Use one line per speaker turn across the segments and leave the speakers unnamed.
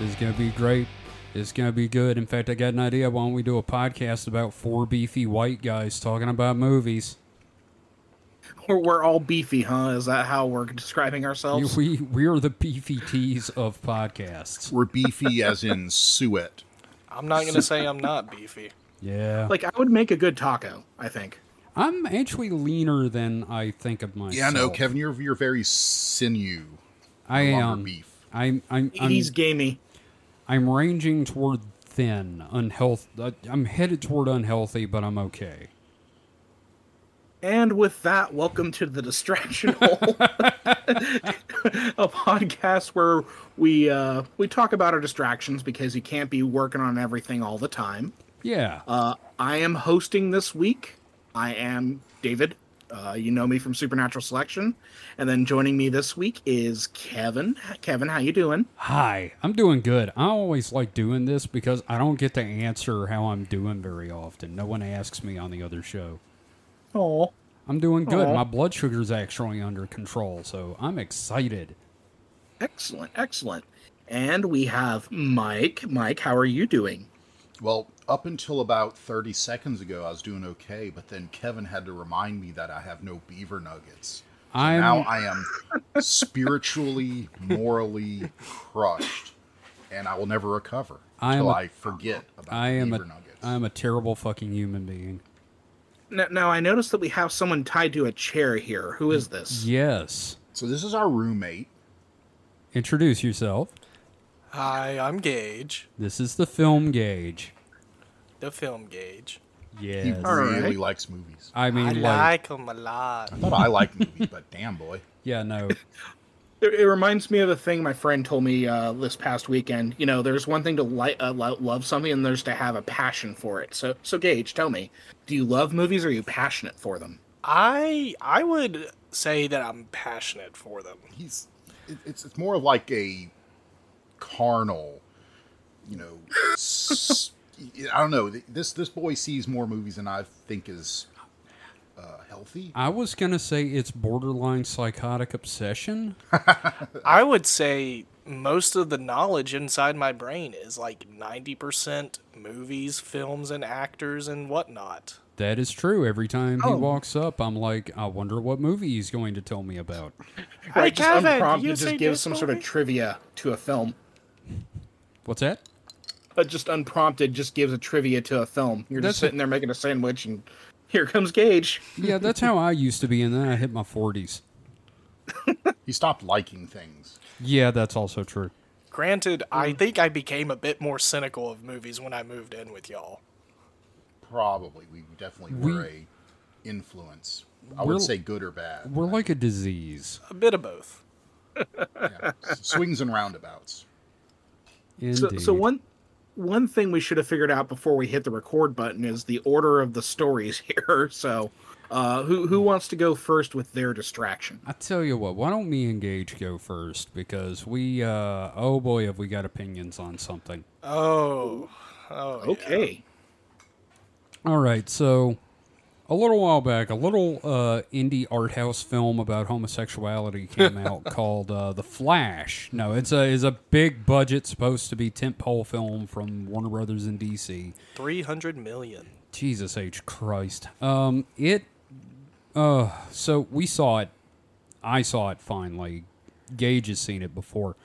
It's going to be great. It's going to be good. In fact, I got an idea. Why don't we do a podcast about four beefy white guys talking about movies?
We're, we're all beefy, huh? Is that how we're describing ourselves?
We, we're the beefy tees of podcasts.
We're beefy as in suet.
I'm not gonna say I'm not beefy.
Yeah.
Like, I would make a good taco, I think.
I'm actually leaner than I think of myself.
Yeah, no, Kevin, you're you're very sinew.
I
no
am.
longer beef.
I'm I'm I'm,
He's gamey.
I'm ranging toward thin, unhealth. uh, I'm headed toward unhealthy, but I'm okay.
And with that, welcome to the Distraction Hole, a podcast where we uh, we talk about our distractions because you can't be working on everything all the time.
Yeah.
Uh, I am hosting this week. I am David. Uh, you know me from Supernatural Selection, and then joining me this week is Kevin. Kevin, how you doing?
Hi, I'm doing good. I always like doing this because I don't get to answer how I'm doing very often. No one asks me on the other show.
Oh,
I'm doing good.
Aw.
My blood sugar's actually under control, so I'm excited.
excellent, excellent. And we have Mike. Mike, how are you doing?
Well, up until about 30 seconds ago, I was doing okay, but then Kevin had to remind me that I have no beaver nuggets.
I'm
now I am spiritually, morally crushed, and I will never recover
I am
until
a-
I forget about
I am
beaver
a
nuggets.
I'm a terrible fucking human being.
Now, now I noticed that we have someone tied to a chair here. Who is this?
Yes.
so this is our roommate.
Introduce yourself.
Hi, I'm Gage,
This is the film gauge.
the film Gage.
He
Yes.
Alright.
really likes movies.
I mean,
I
like,
like him a lot.
I thought I liked movies, but damn boy.
yeah, no,
It, it reminds me of a thing my friend told me uh, this past weekend. You know, there's one thing to li- uh, lo- love something, and there's to have a passion for it. So, so Gage, tell me, do you love movies? or Are you passionate for them?
I I would say that I'm passionate for them.
he's it, it's it's more of like a carnal, you know. s- I don't know. th- This this boy sees more movies than I think is uh, healthy.
I was gonna say it's borderline psychotic obsession.
I would say most of the knowledge inside my brain is like 90% movies, films, and actors and whatnot.
That is true. Every time
Oh.
he walks up, I'm like, I wonder what movie he's going to tell me about.
Hey,
just
Kevin,
unprompted,
you
just
seen
give
this
some sort of
movie?
trivia to a film.
What's that?
Uh, just unprompted, just gives a trivia to a film. You're
That's-
just sitting there making a sandwich, and here comes Gage.
Yeah, that's how I used to be, and then I hit my 40s.
He stopped liking things.
Yeah, that's also true.
Granted,
Mm.
I think I became a bit more cynical of movies when I moved in with y'all.
Probably we definitely were
We-
a influence. I
We're-
would say good or bad.
We're like a disease.
A bit of both.
Yeah. S- Swings and roundabouts.
Indeed.
So, so one one thing we should have figured out before we hit the record button is the order of the stories here. So, uh, who who wants to go first with their distraction?
I tell you what, why don't me and Gage go first? Because we, uh, oh boy, have we got opinions on something.
Oh. Oh. yeah.
Okay,
All right, so a little while back, a little uh, indie art house film about homosexuality came out called uh, The Flash. No, it's a is a big budget, supposed to be tentpole film from Warner Brothers in DC.
300 million.
Jesus H Christ. Um, it. Uh, so we saw it. I saw it finally. Gage has seen it before,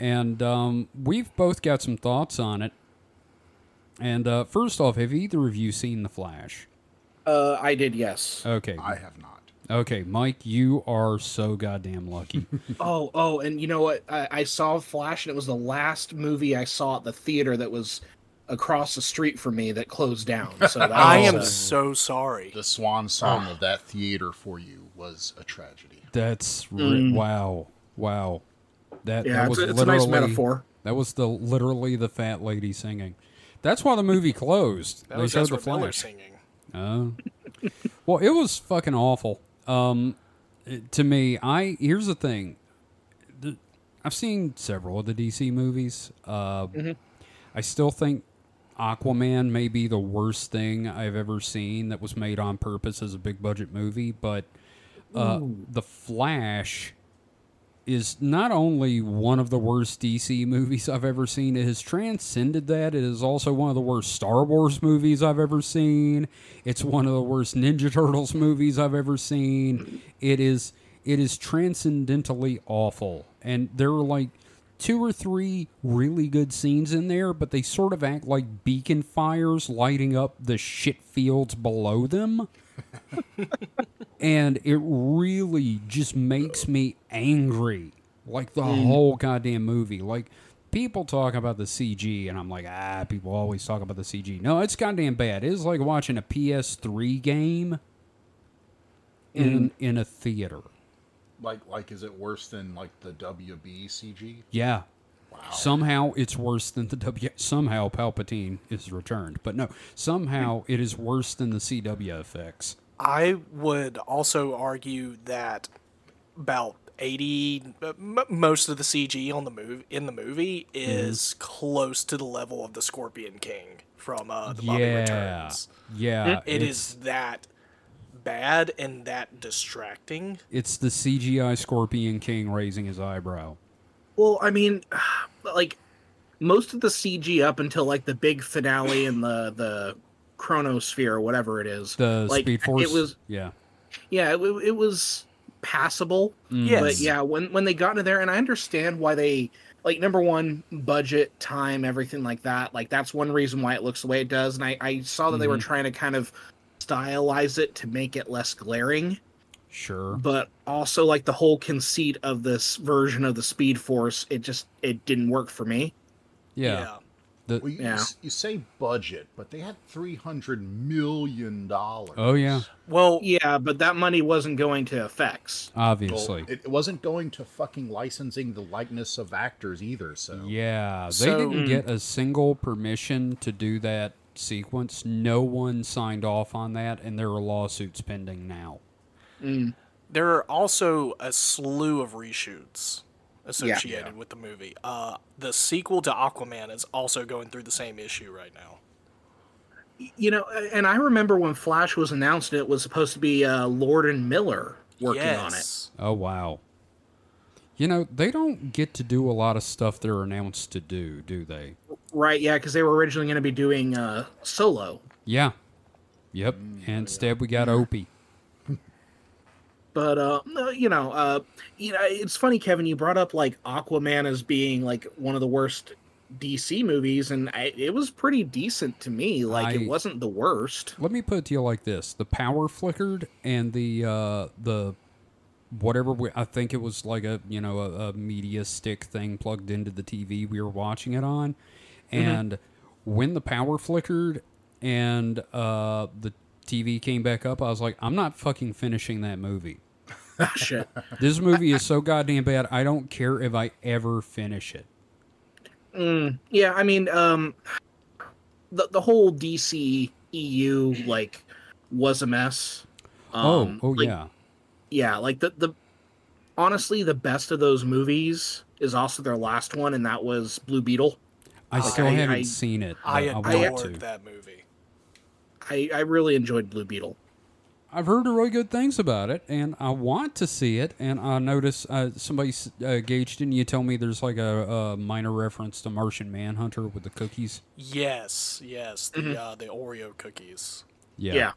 and um, we've both got some thoughts on it. And uh, first off, have either of you seen The Flash?
uh, I did yes.
Okay.
I have not.
Okay, Mike, you are so goddamn lucky.
Oh oh, and you know what? I, I saw Flash, and it was the last movie I saw at the theater that was across the street from me that closed down. So that
I
was,
am
uh,
so sorry.
The swan song of that theater for you was a tragedy.
That's ri- wow. Wow. That,
Yeah,
that
it's
was
a- it's a
literally
nice metaphor.
That was the literally the fat lady singing. That's why the movie closed.
That
they
was
showed the
Ezra Miller
flash.
singing.
Oh. well, it was fucking awful. Um, it- to me, I here's the thing. The- I've seen several of the DC movies. Uh, I still think Aquaman may be the worst thing I've ever seen that was made on purpose as a big budget movie, but uh, the Flash is not only one of the worst DC movies I've ever seen, it has transcended that. It is also one of the worst Star Wars movies I've ever seen. It's one of the worst Ninja Turtles movies I've ever seen. It is it is transcendentally awful. And there are like two or three really good scenes in there, but they sort of act like beacon fires lighting up the shit fields below them. and it really just makes me angry like the
Mm.
whole goddamn movie like people talk about the cg and i'm like ah people always talk about the cg no it's goddamn bad it's like watching a ps3 game
Mm.
in in a theater
Like, like, is it worse than like the WB CG?
yeah somehow it's worse than the w somehow palpatine is returned but no somehow it is worse than the cw effects
I would also argue that about 80 m- most of the CG on the move in the movie is
Mm-hmm.
close to the level of the Scorpion King from uh, the Mummy
yeah
Returns.
yeah
It
it's-
is that bad and that distracting.
It's the CGI Scorpion King raising his eyebrow.
Well, I mean, like most of the CG up until like the big finale and the the chronosphere or whatever it is.
The
like,
Speed Force.
It was
yeah.
yeah, it, wa- it was passable.
Yes.
But yeah, when when they got into there, and I understand why they like number one budget, time, everything like that. Like that's one reason why it looks the way it does. And I I saw that they were trying to kind of stylize it to make it less glaring
Sure.
but also like the whole conceit of this version of the speed force it just it didn't work for me
Yeah. The-
Well, you,
Yeah.
you say budget, but they had three hundred million dollars.
oh yeah.
Well,
yeah but that money wasn't going to effects
Obviously.
it it wasn't going to fucking licensing the likeness of actors either. So
yeah. They
So-
didn't
mm.
get a single permission to do that sequence. No one signed off on that, and there are lawsuits pending now.
there are also a slew of reshoots associated with the movie. Uh, the sequel to Aquaman is also going through the same issue right now.
you know and i remember when flash was announced it was supposed to be uh, lord and miller working on it
yes.
Oh wow. You know they don't get to do a lot of stuff they're announced to do, do they?
right yeah because they were originally going to be doing uh, solo
Yeah. Yep. and instead we got Opie.
but uh no, you know uh you know it's funny kevin you brought up like aquaman as being like one of the worst dc movies and I, it was pretty decent to me like
I-
it wasn't the worst
Let me put it to you like this: the power flickered, and the uh, the whatever we, I think it was like a you know a, a media stick thing plugged into the TV we were watching it on, and when the power flickered and uh, the TV came back up, I was like, I'm not fucking finishing that movie.
shit
This movie is so goddamn bad. I don't care if I ever finish it.
Yeah, I mean, um, the the whole DC EU like was a mess.
oh,
Um,
oh
like,
yeah,
yeah. Like the the honestly, the best of those movies is also their last one, and that was Blue Beetle.
I still
I-
haven't
I-
seen it. but I
I
want
adored
to.
that movie.
I I really enjoyed Blue Beetle.
I've heard really good things about it, and I want to see it. And I notice uh, somebody s- uh, gauged and you tell me there's like a, a minor reference to Martian Manhunter with the cookies.
Yes, yes, the uh, the Oreo cookies.
Yeah.
Yeah.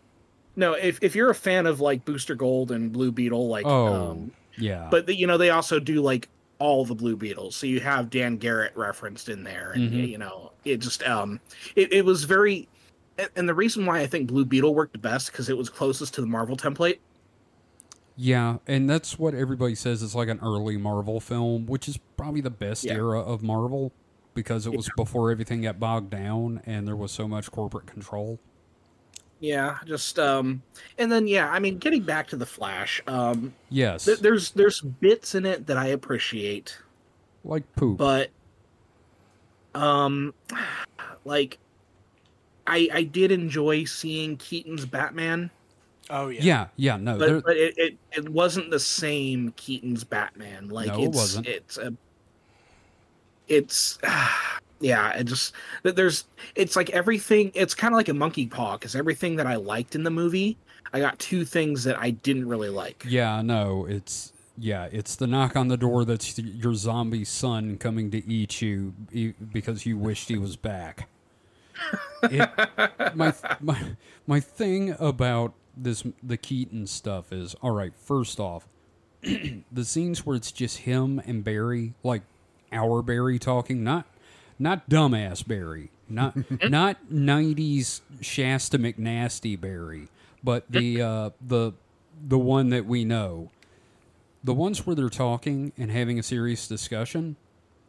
No, if if you're a fan of like Booster Gold and Blue Beetle, like,
Oh,
um,
yeah.
but the, you know they also do like all the blue beetles so you have dan garrett referenced in there and you know it just um it, it was very and- and the reason why i think blue beetle worked best because it was closest to the marvel template
yeah, and that's what everybody says. It's like an early Marvel film, which is probably the best
Yeah.
era of Marvel because it was before everything got bogged down and there was so much corporate control.
yeah just um and then yeah i mean getting back to the flash um
Yes,
th- there's there's bits in it that i appreciate
like poop.
but um like i i did enjoy seeing keaton's batman
Oh yeah.
yeah, yeah, no, there-
but, but it, it, it wasn't the same Keaton's Batman. Like
No, it
it's,
wasn't.
It's a, it's yeah. It just that there's it's like everything. It's kind of like a monkey paw because everything that I liked in the movie, I got two things that I didn't really like.
Yeah, no, it's Yeah, it's the knock on the door that's your zombie son coming to eat you e- because you wished he was back. It, my my my thing about this the Keaton stuff is all right. First off, the scenes where it's just him and Barry, like our Barry talking, not not dumbass Barry, not not nineties Shasta McNasty Barry, but the uh, the the one that we know. The ones where they're talking and having a serious discussion,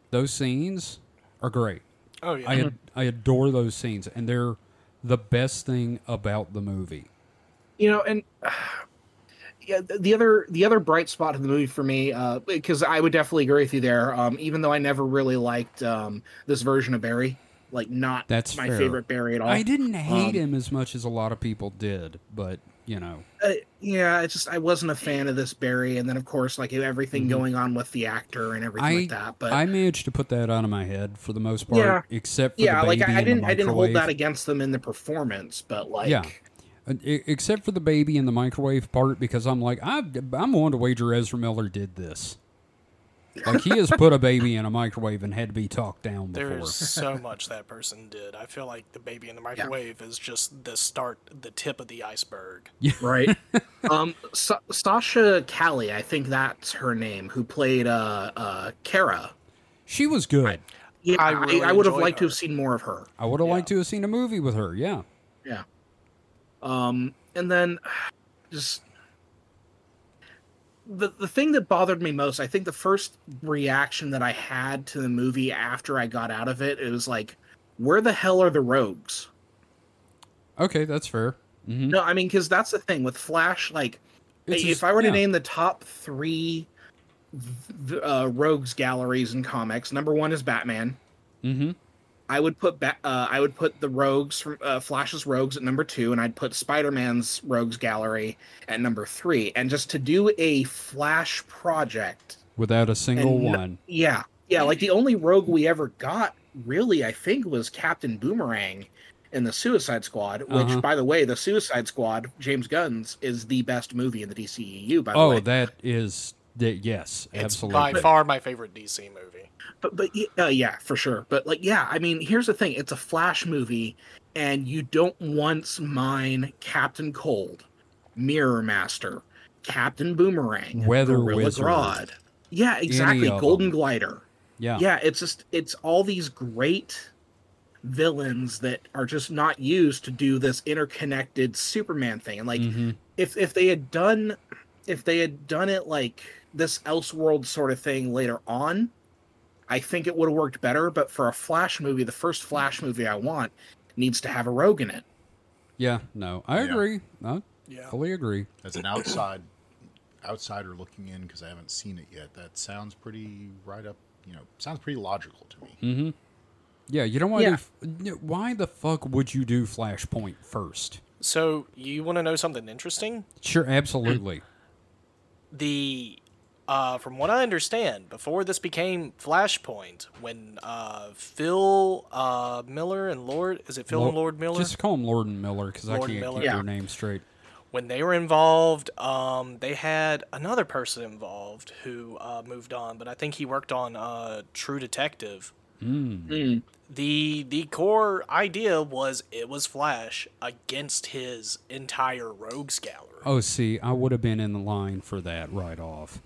those scenes are great.
Oh yeah.
I ad- I adore those scenes, and they're the best thing about the movie.
you know and yeah th- the other the other bright spot of the movie for me uh because i would definitely agree with you there um even though i never really liked um this version of barry like not
That's
my
fair.
favorite barry at all
I didn't hate
Um,
him as much as a lot of people did, but you know,
uh, yeah it's just i wasn't a fan of this barry and then of course like e, everything going on with the actor and everything
Mm-hmm. I
like that but
I managed to put that out of my head for the most part,
Yeah.
except for
yeah
the baby
like I,
in
I
the
didn't i didn't hold that
microwave.
against them in the performance but like
Yeah. Uh, e- Except for the baby in the microwave part, because I'm like, I, I'm willing to wager Ezra Miller did this. Like he has put a baby in a microwave and had to be talked down before.
There's so much that person did. I feel like the baby in the microwave is just the start, the tip of the iceberg.
right um Sa- sasha Callie, i think that's her name who played uh uh kara
She was good.
yeah
I
i,
really
I would have
enjoyed
liked to
her.
have seen more of her
I would have liked to have seen a movie with her. Yeah.
yeah um and then just the the thing that bothered me most i think the first reaction that i had to the movie after i got out of it it was like where the hell are the rogues
Okay, that's fair. hmm
no i mean because that's the thing with flash like
It's
if
just-
I were to
yeah.
name the top three v- uh, rogues galleries in comics, number one is Batman.
hmm
I would put ba- uh, I would put the rogues from uh, Flash's rogues at number two, and I'd put Spider Man's rogues gallery at number three. And just to do a Flash project,
Without a single
And no-
one.
yeah, yeah, like the only rogue we ever got really, I think, was Captain Boomerang in the Suicide Squad. Which,
Uh-huh.
by the way, the Suicide Squad, James Gunn's, is the best movie in the DCEU. By the
Oh,
way,
that is that. Yes,
It's
absolutely.
by far my favorite DC movie.
but but y- uh, yeah, for sure. But like, yeah, I mean, here's the thing: it's a Flash movie, and you don't once mine Captain Cold, Mirror Master, Captain Boomerang,
Weather
Gorilla
Wizard.
Grodd. Yeah, exactly.
of
Golden
them.
Glider.
yeah.
Yeah, it's just it's all these great villains that are just not used to do this interconnected Superman thing. And like,
Mhm.
if if they had done if they had done it like this elseworld sort of thing later on i think it would have worked better but for a flash movie the first flash movie i want needs to have a rogue in it
Yeah. No, I
Yeah.
agree. I
Yeah.
fully agree.
As an outside outsider looking in, because I haven't seen it yet, that sounds pretty right up. You know, sounds pretty logical to me.
Mm-hmm. Yeah. You don't want
Yeah.
to. Why the fuck would you do Flashpoint first?
So you want to know something interesting?
Sure. Absolutely.
The uh, from what I understand, before this became Flashpoint, when uh, Phil uh, Miller and Lord is it Phil and Lord Miller?
Just call him Lord and Miller because I
Lord
can't
Miller.
keep
Yeah.
their name straight.
when they were involved, um, they had another person involved who uh, moved on, but I think he worked on uh, True Detective.
Mm.
The the core idea was it was Flash against his entire Rogues gallery.
Oh, see, I would have been in the line for that right off.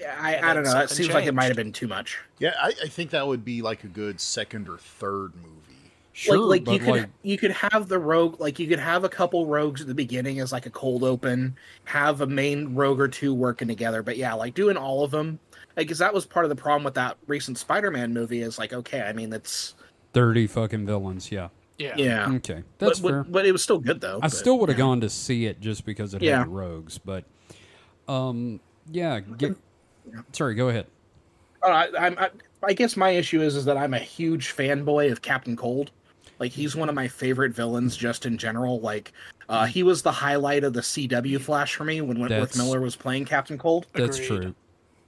Yeah, i, I don't
then
know it
something
seems like it might have
changed.
been too much
Yeah, I, I think that would be like a good second or third movie.
Sure,
like, like
but
you could
like,
you could have the rogue like you could have a couple rogues at the beginning as like a cold open have a main rogue or two working together but yeah like doing all of them because that was part of the problem with that recent spider-man movie is like okay i mean that's
thirty fucking villains. Yeah.
Yeah.
yeah
Okay, that's
but,
fair.
but, but it was still good though.
I
but-
still would have gone to see it just because it
Yeah.
had the rogues, but um, yeah. Get, sorry, go ahead.
Uh, I, I'm- I, I guess my issue is is that I'm a huge fanboy of Captain Cold. Like he's one of my favorite villains just in general. Like uh, he was the highlight of the CW Flash for me when Wentworth
That's-
Miller was playing Captain Cold.
That's
Agreed.
true.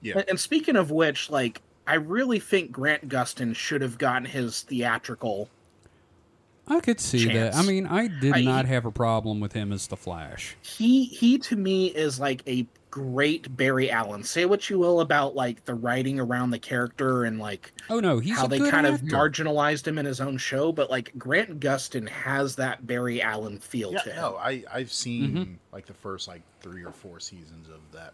Yeah,
And, and speaking of which, like I really think Grant Gustin should have gotten his theatrical
I could see that. I
Chance.
mean, I did
I- e
not have a problem with him as the Flash.
he he to me is like a great Barry Allen. Say what you will about like the writing around the character and like
Oh no, he's
how
a
they
good
kind of
actor.
marginalized him in his own show, but like Grant Gustin has that Barry Allen feel to
Yeah,
him.
no, I I've seen
Mm-hmm.
like the first like three or four seasons of that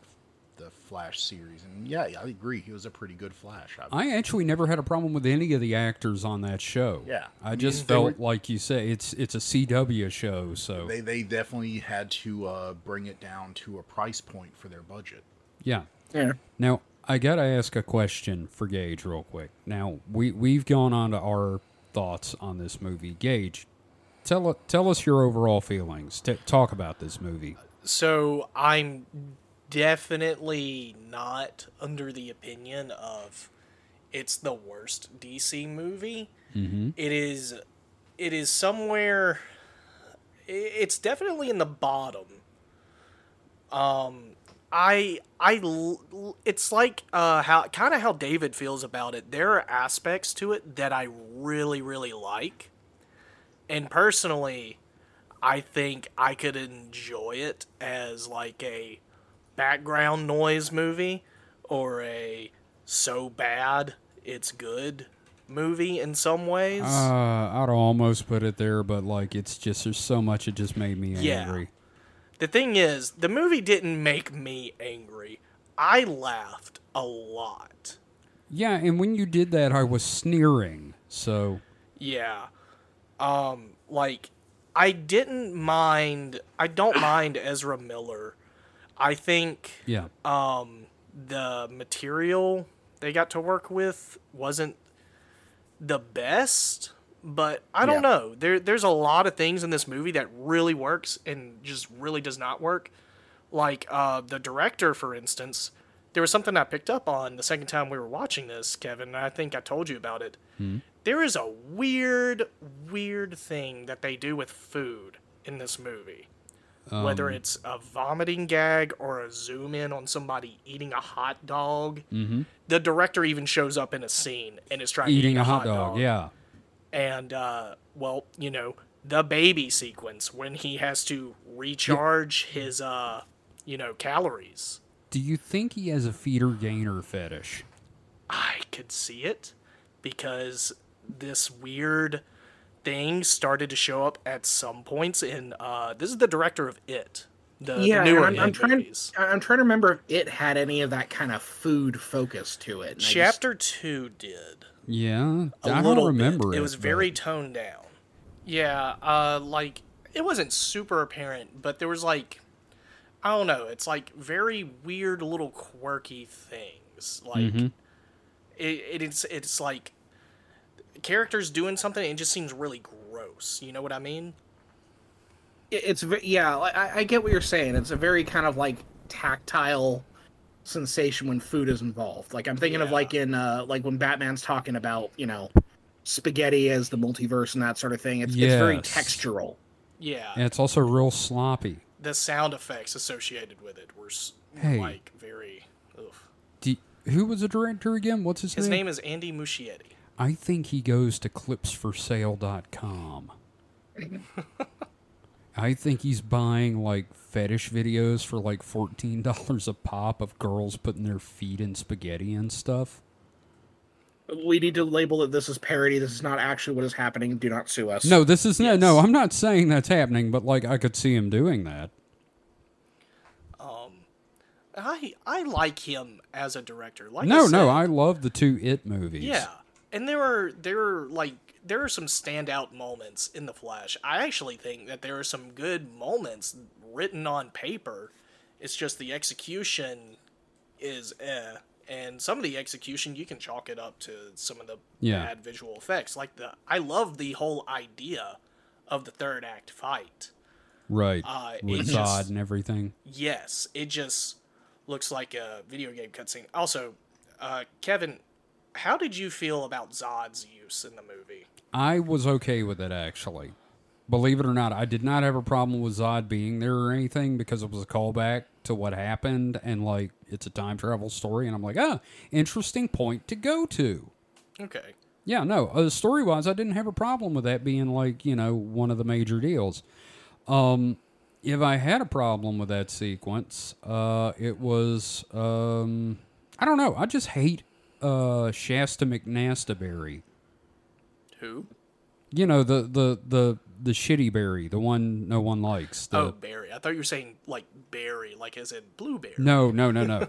the Flash series, and yeah, I agree. He was a pretty good Flash. I,
I actually never had a problem with any of the actors on that show.
Yeah.
I just
Mm-hmm. they were-
felt like you say it's it's a CW show, so
they they definitely had to uh, bring it down to a price point for their budget.
yeah.
Yeah.
Now I gotta ask a question for Gage real quick. Now we we've gone on to our thoughts on this movie. Gage, tell tell us your overall feelings. T- talk about this movie.
So I'm definitely not under the opinion of it's the worst DC movie. It is it is somewhere i- it's definitely in the bottom. Um I I l- l- it's like uh how kind of how David feels about it. There are aspects to it that I really really like. And personally, I think I could enjoy it as like a background noise movie or a so bad it's good movie in some ways.
Uh, I'd almost put it there, but like it's just there's so much it just made me
Yeah.
angry.
the thing is, the movie didn't make me angry. I laughed a lot.
Yeah, and when you did that, I was sneering. So
Yeah. Um like I didn't mind I don't mind Ezra Miller. I think
yeah,
um, the material they got to work with wasn't the best but i don't
Yeah.
know there there's a lot of things in this movie that really works and just really does not work like uh, the director for instance there was something i picked up on the second time we were watching this kevin and i think i told you about it
Hmm?
There is a weird weird thing that they do with food in this movie
Um,
whether it's a vomiting gag or a zoom in on somebody eating a hot dog. The director even shows up in a scene and is trying to
Mm-hmm. eating
eat
a hot dog. Yeah,
And uh, well, you know, the baby sequence when he has to recharge his uh, you know, calories.
Do you think he has a feeder gainer fetish?
I could see it because this weird thing started to show up at some points in uh, this is the director of it. The, the
Yeah, and
newer
I'm, I'm
It
trying.
movies.
I- I'm trying to remember if it had any of that kind of food focus to it. and I just-
Chapter two did
Yeah,
a
I
little
don't remember
bit.
it.
was
but-
very toned down. Yeah, uh, like it wasn't super apparent, but there was like I don't know. It's like very weird little quirky things. Like
Mm-hmm.
it, it's it's like characters doing something. and It just seems really gross. You know what I mean?
it- it's ve- yeah like, I, I get what you're saying it's a very kind of like tactile sensation when food is involved like i'm thinking of
Yeah.
like in uh like when batman's talking about you know spaghetti as the multiverse and that sort of thing it's, it's very
Yes.
textural
Yeah.
And it's also real sloppy.
The sound effects associated with it were s
Hey.
like very. Oof.
Do, who was the director again? What's his,
His name is Andy Muschietti.
I think he goes to clipsforsale.com. I think he's buying like fetish videos for like fourteen dollars a pop of girls putting their feet in spaghetti and stuff.
we need to label it this is parody this is not actually what is happening do not sue us
No, this is no, no. I'm not saying that's happening, but like I could see him doing that.
I I like him as a director. Like I
No,
said,
no, I love the two It movies.
Yeah, and there are there are like there are some standout moments in the Flash. I actually think that there are some good moments written on paper. It's just the execution is eh, and some of the execution you can chalk it up to some of the
Yeah.
bad visual effects. Like the I love the whole idea of the third act fight.
right.
Uh, it
With
just-
Zod and everything.
Yes, it just looks like a video game cutscene. Also, uh, Kevin, how did you feel about Zod's use in the movie?
I was okay with it actually. Believe it or not, I did not have a problem with Zod being there or anything because it was a callback to what happened and like it's a time travel story and I'm like, ah, interesting point to go to.
Okay.
Yeah, no. Uh, story wise, I didn't have a problem with that being like you know one of the major deals. Um, if I had a problem with that sequence, uh, it was um, I don't know. I just hate uh, Shasta McNastaberry.
Who?
You know the the the the shitty berry, the one no one likes. The,
Oh, berry. I thought you were saying like berry, like as in blueberry.
No, no, no, no.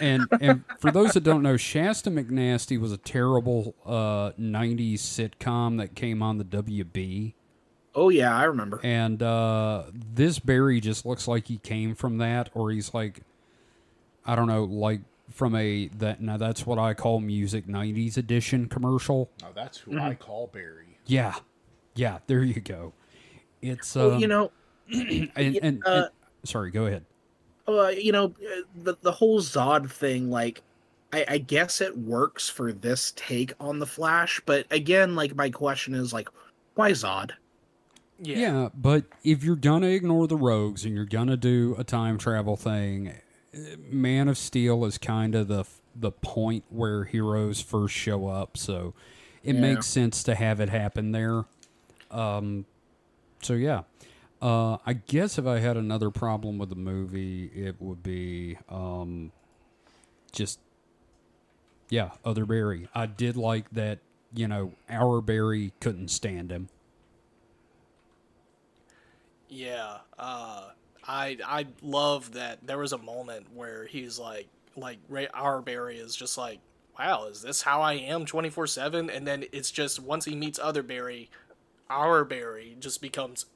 and and for those that don't know, Shasta McNasty was a terrible uh, '90s sitcom that came on the WB,
Oh yeah, I remember.
and uh, this Barry just looks like he came from that, or he's like, I don't know, like from a that now that's what I call music '90s edition commercial.
Now that's who
Mm-hmm.
I call Barry.
Yeah, yeah. There you go. It's um,
well, you know,
and, and, and- sorry, go ahead.
uh, you know, uh, the the whole Zod thing, like, I, I guess it works for this take on the Flash, but again, like, my question is like, why Zod?
Yeah.
Yeah. but if you're gonna ignore the rogues and you're gonna do a time travel thing, eh, Man of Steel is kind of the the point where heroes first show up, so it makes sense to have it happen there. Um, so yeah, uh, I guess if I had another problem with the movie, it would be um, just yeah, other Barry. I did like that. You know, our Barry couldn't stand him.
Yeah, uh, I I love that there was a moment where he's like like Ray Barry is just like, wow, is this how I am twenty four seven? And then it's just once he meets other Barry, our Barry just becomes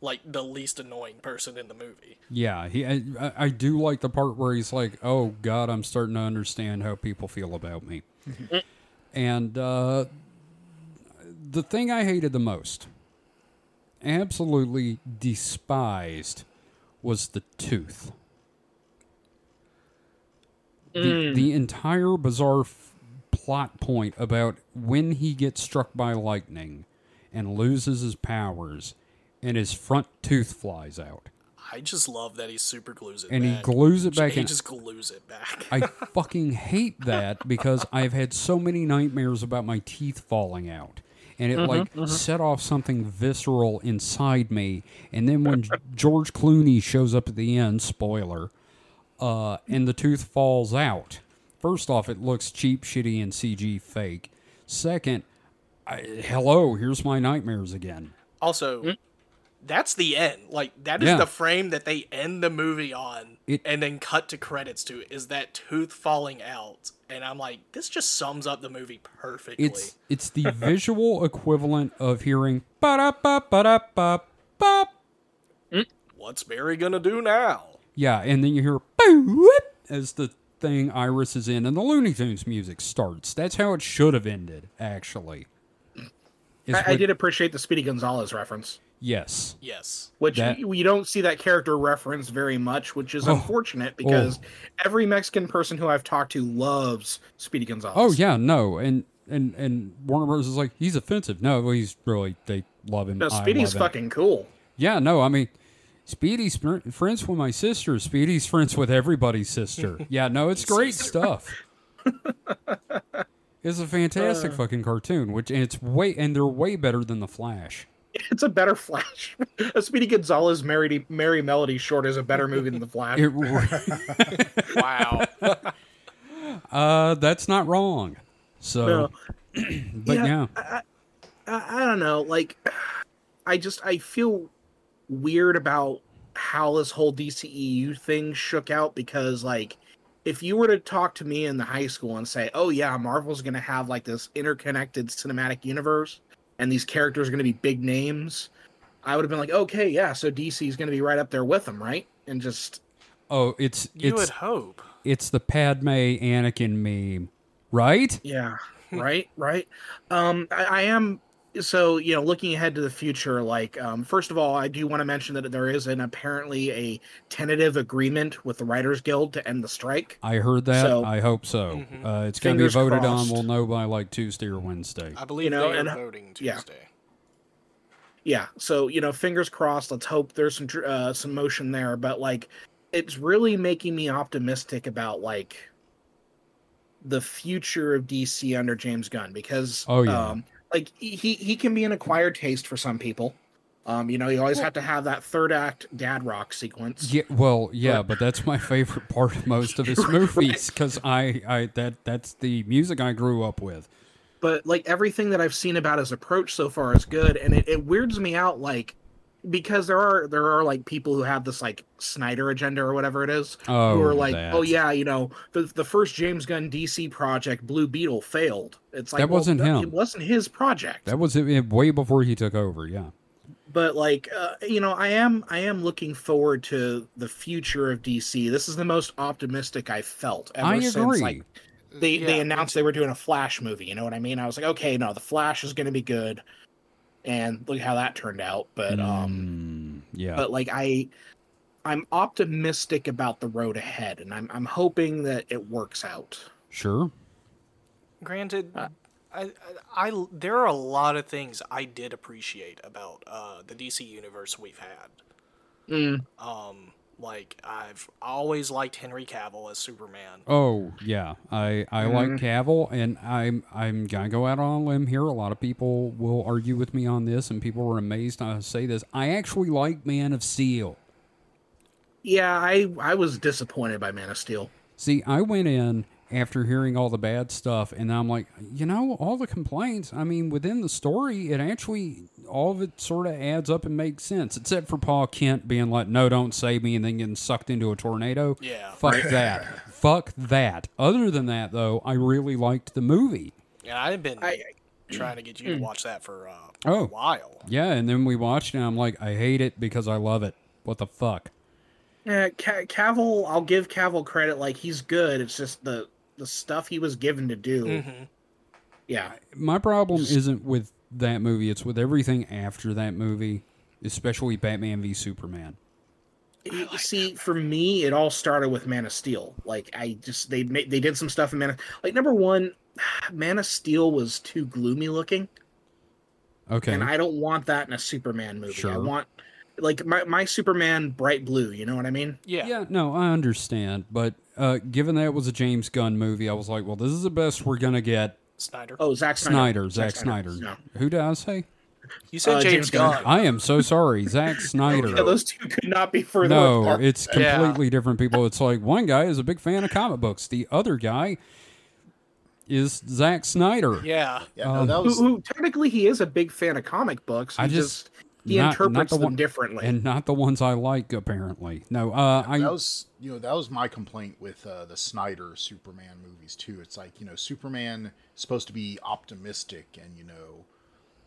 like the least annoying person in the movie.
Yeah, he. I, I- I do like the part where he's like, "Oh God, I'm starting to understand how people feel about me," and uh, the thing I hated the most, absolutely despised, was the tooth. The, the entire bizarre f- plot point about when he gets struck by lightning and loses his powers, and his front tooth flies out
I just love that he super glues it
and he
back.
glues it back
he
in.
just glues it back.
I fucking hate that because I've had so many nightmares about my teeth falling out. And it like set off something visceral inside me. And then when George Clooney shows up at the end, spoiler, uh, and the tooth falls out, first off, it looks cheap, shitty, and CG fake. Second, I, hello, here's my nightmares again.
also that's the end like that is
Hmm? Yeah.
the frame that they end the movie on
It-
and then cut to credits to is that tooth falling out and i'm like this just sums up the movie perfectly
It's it's the visual equivalent of hearing ba da ba ba da ba ba
what's barry gonna do now
Yeah, and then you hear "Boop," as the thing Iris is in, and the Looney Tunes music starts. That's how it should have ended, actually. Is
I, I
with-
did appreciate the Speedy Gonzalez reference,
Yes.
yes
which
That- Oh.
you, you don't see that character reference very much, which is unfortunate because every Mexican person who I've talked to loves Speedy Gonzalez.
Oh yeah, no, and and and Warner Bros is like he's offensive. No, well, he's really they love him.
No,
I love
Speedy's
him.
fucking cool.
Yeah, no, I mean. Speedy's fr- friends with my sister. Speedy's friends with everybody's sister. Yeah, no, it's great stuff. It's a
Uh.
fantastic fucking cartoon, which and it's way and they're way better than the Flash.
It's a better Flash. a Speedy Gonzalez Mary, Mary Melody short is a better movie than the Flash.
It re-
wow
Uh, that's not wrong. So,
No.
but yeah,
Yeah, I, I don't know. Like, I just I feel weird about how this whole DCEU thing shook out because like if you were to talk to me in the high school and say, "Oh yeah, Marvel's going to have like this interconnected cinematic universe and these characters are going to be big names," I would have been like, "Okay, yeah, so DC's going to be right up there with them, right?" And just
oh, it's
you
it's
would hope
it's the Padme Anakin meme, right?
Yeah. Right. Right. Um, I, I am. So you know, looking ahead to the future, like um, first of all, I do want to mention that there is an apparently a tentative agreement with the Writers Guild to end the strike.
I heard that.
So-
I hope so. Uh, it's going to be
Fingers
voted on.
crossed.
We'll know by like Tuesday or Wednesday.
i believe
You know,
they are
and-
voting
yeah.
tuesday
Yeah. So you know, fingers crossed. Let's hope there's some tr- uh, some motion there. But like, it's really making me optimistic about like the future of DC under James Gunn because
Oh, yeah.
um, like he he can be an acquired taste for some people. Um, you know, you always have to have that third act dad rock sequence.
Yeah, well, yeah, but that's my favorite part of most of his movies because I, I that that's the music I grew up with.
but like everything that I've seen about his approach so far is good, and it, it weirds me out like because there are there are like people who have this like Snyder agenda or whatever it is
Oh,
who are like,
that.
oh yeah, you know the the first James Gunn DC project Blue Beetle failed. It's like
That
well,
wasn't
no,
him.
It wasn't his project.
That was it, it way before he took over. Yeah,
But like uh, you know, I am I am looking forward to the future of DC. This is the most optimistic I felt ever
I
since
agree.
like they they
Yeah.
announced they were doing a Flash movie. You know what I mean? I was like, okay, no, the Flash is going to be good, and look how that turned out. But
Mm,
um,
yeah,
but like I, I'm optimistic about the road ahead, and I'm I'm hoping that it works out.
sure.
Granted,
Uh,
I, I, I there are a lot of things I did appreciate about uh, the DC universe we've had. Um, like I've always liked Henry Cavill as Superman.
Oh yeah, I I like Cavill, and I'm I'm gonna go out on a limb here. A lot of people will argue with me on this, and people were amazed I say this. I actually like Man of Steel.
Yeah, I I was disappointed by Man of Steel.
See, I went in after hearing all the bad stuff, and I'm like, you know, all the complaints. I mean, within the story, it actually all of it sort of adds up and makes sense, except for Paul Kent being like, "No, don't save me," and then getting sucked into a tornado.
Yeah.
fuck that. Fuck that. Other than that, though, I really liked the movie.
And I've been
I-
trying to get you to watch that for uh,
Hmm. Oh.
a while.
Yeah, and then we watched, and I'm like, I hate it because I love it. What the fuck?
Yeah, eh, Ca- Cavill, I'll give Cavill credit. Like he's good. It's just the the stuff he was given to do. Yeah,
My problem isn't with that movie; it's with everything after that movie, especially Batman v Superman.
Y- see for me it all started with man of steel like i just they made they did some stuff in man of like number one man of steel was too gloomy looking
Okay.
and i don't want that in a superman movie i
Sure.
want like my, my superman bright blue you know what i mean
Yeah.
Yeah, no, I understand, but uh, given that it was a James Gunn movie, I was like, well, this is the best we're gonna get.
Snyder.
oh Zack
Snyder,
snyder
Zack Snyder.
No.
Who did I say?
you said
uh,
James,
James Gunn.
Gunn.
I am so sorry, Zack Snyder.
yeah those two could not be further
no,
apart
it's
Yeah.
completely different people. It's like one guy is a big fan of comic books, the other guy is Zack Snyder.
Yeah.
Yeah,
Um,
no, that
who,
was
who technically he is a big fan of comic books he
I just-
just, he
not- not
interprets
the
them
one-
differently
And not the ones I like, apparently. No, uh, I
that was you know that was my complaint with uh, the Snyder Superman movies too. It's like you know Superman is supposed to be optimistic and you know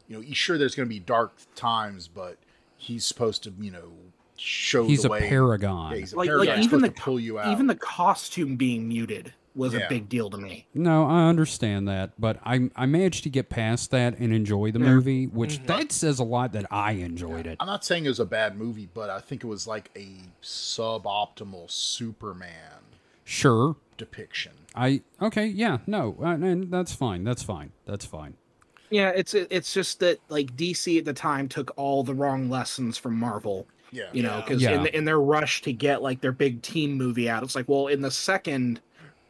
you know he's sure there's going to be dark times, but he's supposed to you know show
he's
the
a
way.
paragon.
Yeah, he's a
like,
paragon.
like
He's
even the
supposed to pull you out.
even the costume being muted was
Yeah.
a big deal to me
No, I understand that, but I I managed to get past that and enjoy the movie, which that says a lot that I enjoyed it.
I'm not saying it was a bad movie, but I think it was like a suboptimal Superman
Sure,
depiction.
I okay, yeah, no, uh, and that's fine, that's fine, that's fine.
Yeah, it's it's just that like DC at the time took all the wrong lessons from Marvel.
Yeah.
You know, because
Yeah.
in, in their rush to get like their big team movie out, it's like, well, in the second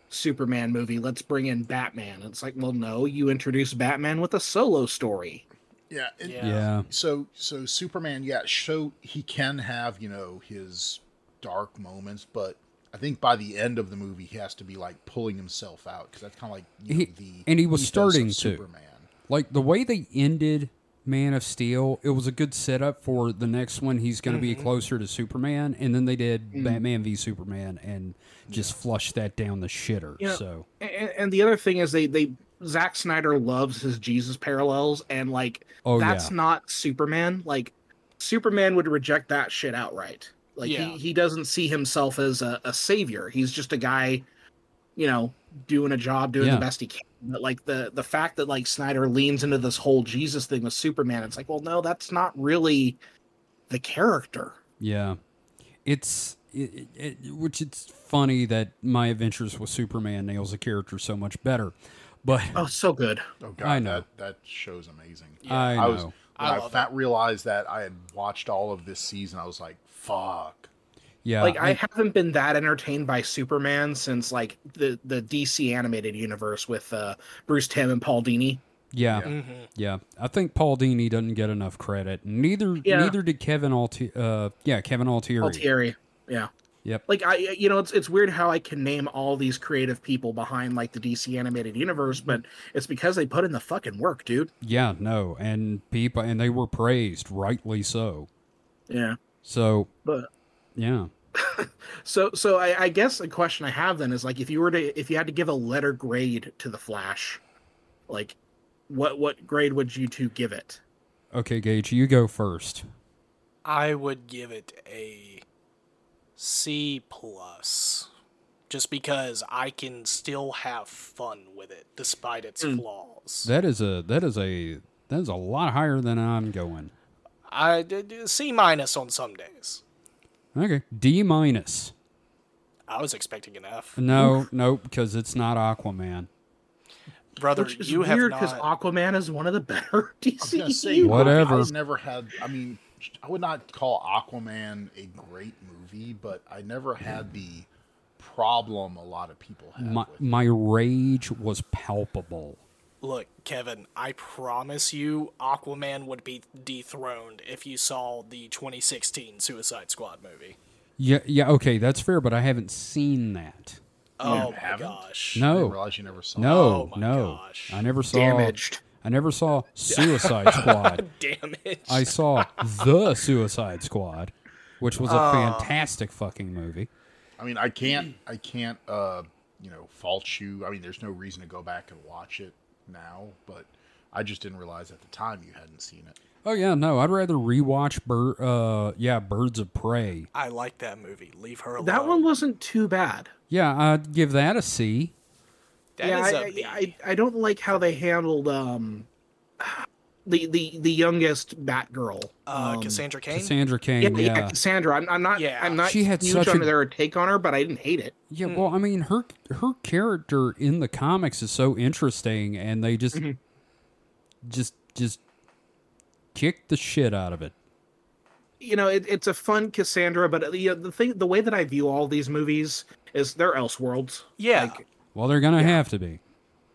Superman movie, let's bring in Batman. It's like, well, no, you introduce Batman with a solo story.
Yeah. it-
Yeah.
Yeah,
So so Superman, yeah, show he can have, you know, his dark moments, but I think by the end of the movie he has to be like pulling himself out because that's kind of like you
He-
know, the
and he was
ethos of
starting to.
Superman.
like the way they ended Man of Steel, it was a good setup for the next one. He's going to be closer to Superman, and then they did Batman v Superman and just flushed that down the shitter.
Yeah.
So
And, and the other thing is they they Zack Snyder loves his Jesus parallels, and like
Oh,
that's
yeah.
not Superman. Like Superman would reject that shit outright. Like
Yeah.
he, he doesn't see himself as a, a savior. He's just a guy, you know, doing a job, doing
Yeah.
the best he can. But like the the fact that like Snyder leans into this whole Jesus thing with Superman, it's like, well, no, that's not really the character.
Yeah, it's it, it, it- which it's funny that my adventures with Superman nails the character so much better, but
Oh, so good.
Oh god,
I know.
that that show's amazing.
I know.
I was when
I
I,
love
fa- realized that I had watched all of this season, I was like, fuck.
Yeah.
like I haven't been that entertained by Superman since like the the DC animated universe with uh, Bruce Timm and Paul Dini.
yeah, yeah.
Mm-hmm.
I think Paul Dini doesn't get enough credit. Neither
Yeah.
neither did Kevin Alti- uh yeah, Kevin Altieri.
Altieri. Yeah.
Yep.
Like I you know it's it's weird how I can name all these creative people behind like the DC animated universe but it's because they put in the fucking work, dude.
Yeah, no. And people and they were praised rightly so.
Yeah.
So,
But
yeah.
so so I, I guess a question I have then is like if you were to if you had to give a letter grade to the Flash, like what what grade would you two give it?
Okay, Gage, you go first.
I would give it a C plus, just because I can still have fun with it despite its
Hmm.
flaws.
That is a that is a that is a lot higher than I'm going.
I d- d- C minus on some days.
Okay, D minus.
I was expecting an F,
No, no, because it's not Aquaman.
Uh,
brother.
Which is
You have
weird because
not.
Aquaman is one of the better
I was gonna say
DC.
Whatever.
I've never had. I mean, I would not call Aquaman a great movie, but I never had the problem a lot of people have
My
with. it.
my rage was palpable.
Look, Kevin, I promise you, Aquaman would be dethroned if you saw the 2016 Suicide Squad movie.
Yeah, yeah, okay, that's fair, but I haven't seen that.
Oh my
haven't?
gosh.
I didn't
No,
realize you never saw. it.
no,
Oh my
no.
gosh.
I never saw.
Damaged.
I never saw Suicide Squad.
Damn it.
I saw the Suicide Squad, which was a fantastic fucking movie.
I mean, I can't. I can't. Uh, you know, fault you. I mean, there's no reason to go back and watch it now, but I just didn't realize at the time you hadn't seen it.
Oh yeah, no, I'd rather rewatch Bir- uh yeah, Birds of Prey.
I like that movie. Leave her alone.
That one wasn't too bad.
Yeah, I'd give that a C.
That
yeah,
is
I
a
I-
B.
I- I don't like how they handled um the the the youngest Batgirl.
uh,
um,
Cassandra Cain.
Cassandra
yeah,
Kane.
yeah,
Yeah,
Cassandra. I'm, I'm not.
Yeah.
I'm not.
She had
huge
such
on
a-
their take on her, but I didn't hate it.
yeah.
Mm.
Well, I mean, her her character in the comics is so interesting, and they just
Mm-hmm.
just just kick the shit out of it.
you know, it, it's a fun Cassandra, but uh, you know, the thing, the way that I view all these movies is they're Elseworlds.
yeah.
Well, they're gonna have to be.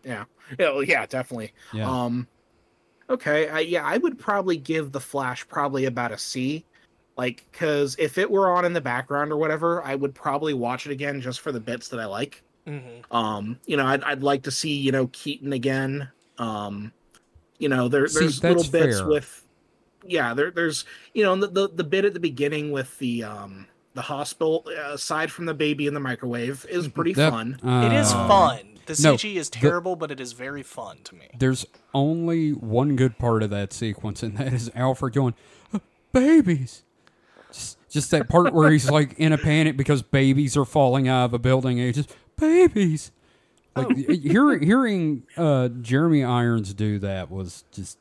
Yeah, yeah, well, yeah, definitely.
Yeah.
Um, okay, I, yeah, I would probably give the Flash probably about a C, like because if it were on in the background or whatever, I would probably watch it again just for the bits that I like.
hmm
Um, you know, I'd I'd like to see you know Keaton again. Um, you know, there,
See,
there's little
that's
bits
fair.
with, yeah, there there's you know the, the the bit at the beginning with the um the hospital uh, aside from the baby in the microwave is pretty
Mm-hmm. That-
fun.
It is
uh,
fun. The
no,
CG is terrible, but it is very fun to me.
There's only one good part of that sequence, and that is Alfred going, "Uh, "Babies." Just, just that part where he's like in a panic because babies are falling out of a building, and he's just babies. Like hearing hearing uh, Jeremy Irons do that was just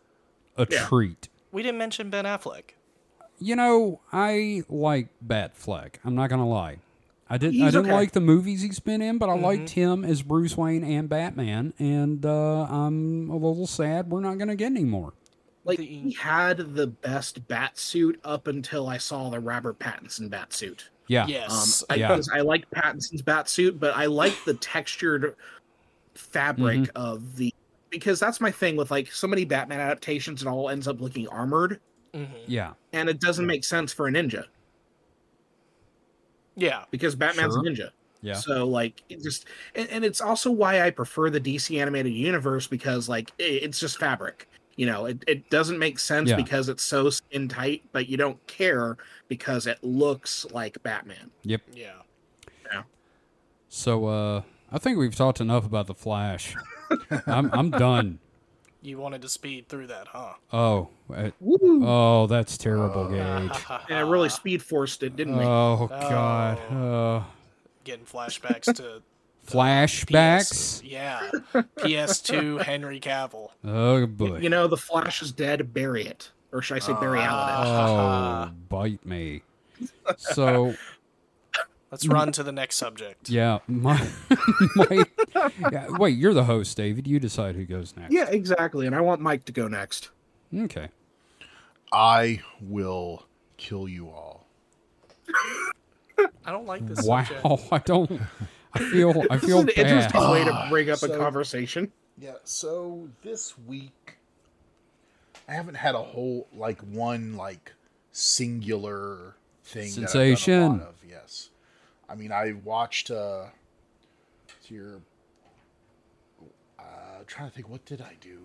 a
Yeah.
treat.
We didn't mention Ben Affleck.
You know, I like Batfleck. I'm not gonna lie. I didn't. I
He's
didn't
okay.
like the movies he's been in, but I liked him as Bruce Wayne and Batman. And uh, I'm a little sad we're not gonna get any more.
Like
the-
he had the best bat suit up until I saw the Robert Pattinson bat suit.
Yeah.
Um,
Yes.
I,
Yeah.
because I like Pattinson's bat suit, but I like the textured fabric
Mm-hmm.
of the because that's my thing with like so many Batman adaptations. It all ends up looking armored,
Mhm.
Yeah.
and it doesn't make sense for a ninja
Yeah.
because Batman's
Sure.
a ninja.
Yeah.
So like it just and, and it's also why I prefer the DC animated universe because like i it's just fabric. You know, it, it doesn't make sense
Yeah.
because it's so skin tight, but you don't care because it looks like Batman.
Yep.
Yeah.
So uh I think we've talked enough about the Flash. I'm I'm done.
You wanted to speed through that, huh?
Oh. uh,
Woo!
Oh, that's terrible, Gage.
and it
Ah.
really speed forced it, didn't we?
Oh god. Uh
Getting flashbacks to PS.
flashbacks.
Yeah. PS2 Henry Cavill.
Oh boy.
You know, the Flash is dead. Bury it, or should I say, bury Allen?
Oh, bite me. So,
Let's run to the next subject.
yeah, my, my yeah, wait, you're the host, David. You decide who goes next.
Yeah, exactly. And I want Mike to go next.
Okay.
I will kill you all.
I don't like this. subject.
Wow, I don't. I feel. I
This
feel
is an interesting
bad.
way to bring up a
so-
conversation.
Yeah, so this week I haven't had a whole like one like singular thing that I've done
Sensation.
a lot of. Yes, I mean I watched uh, it's your uh, trying to think what did I do?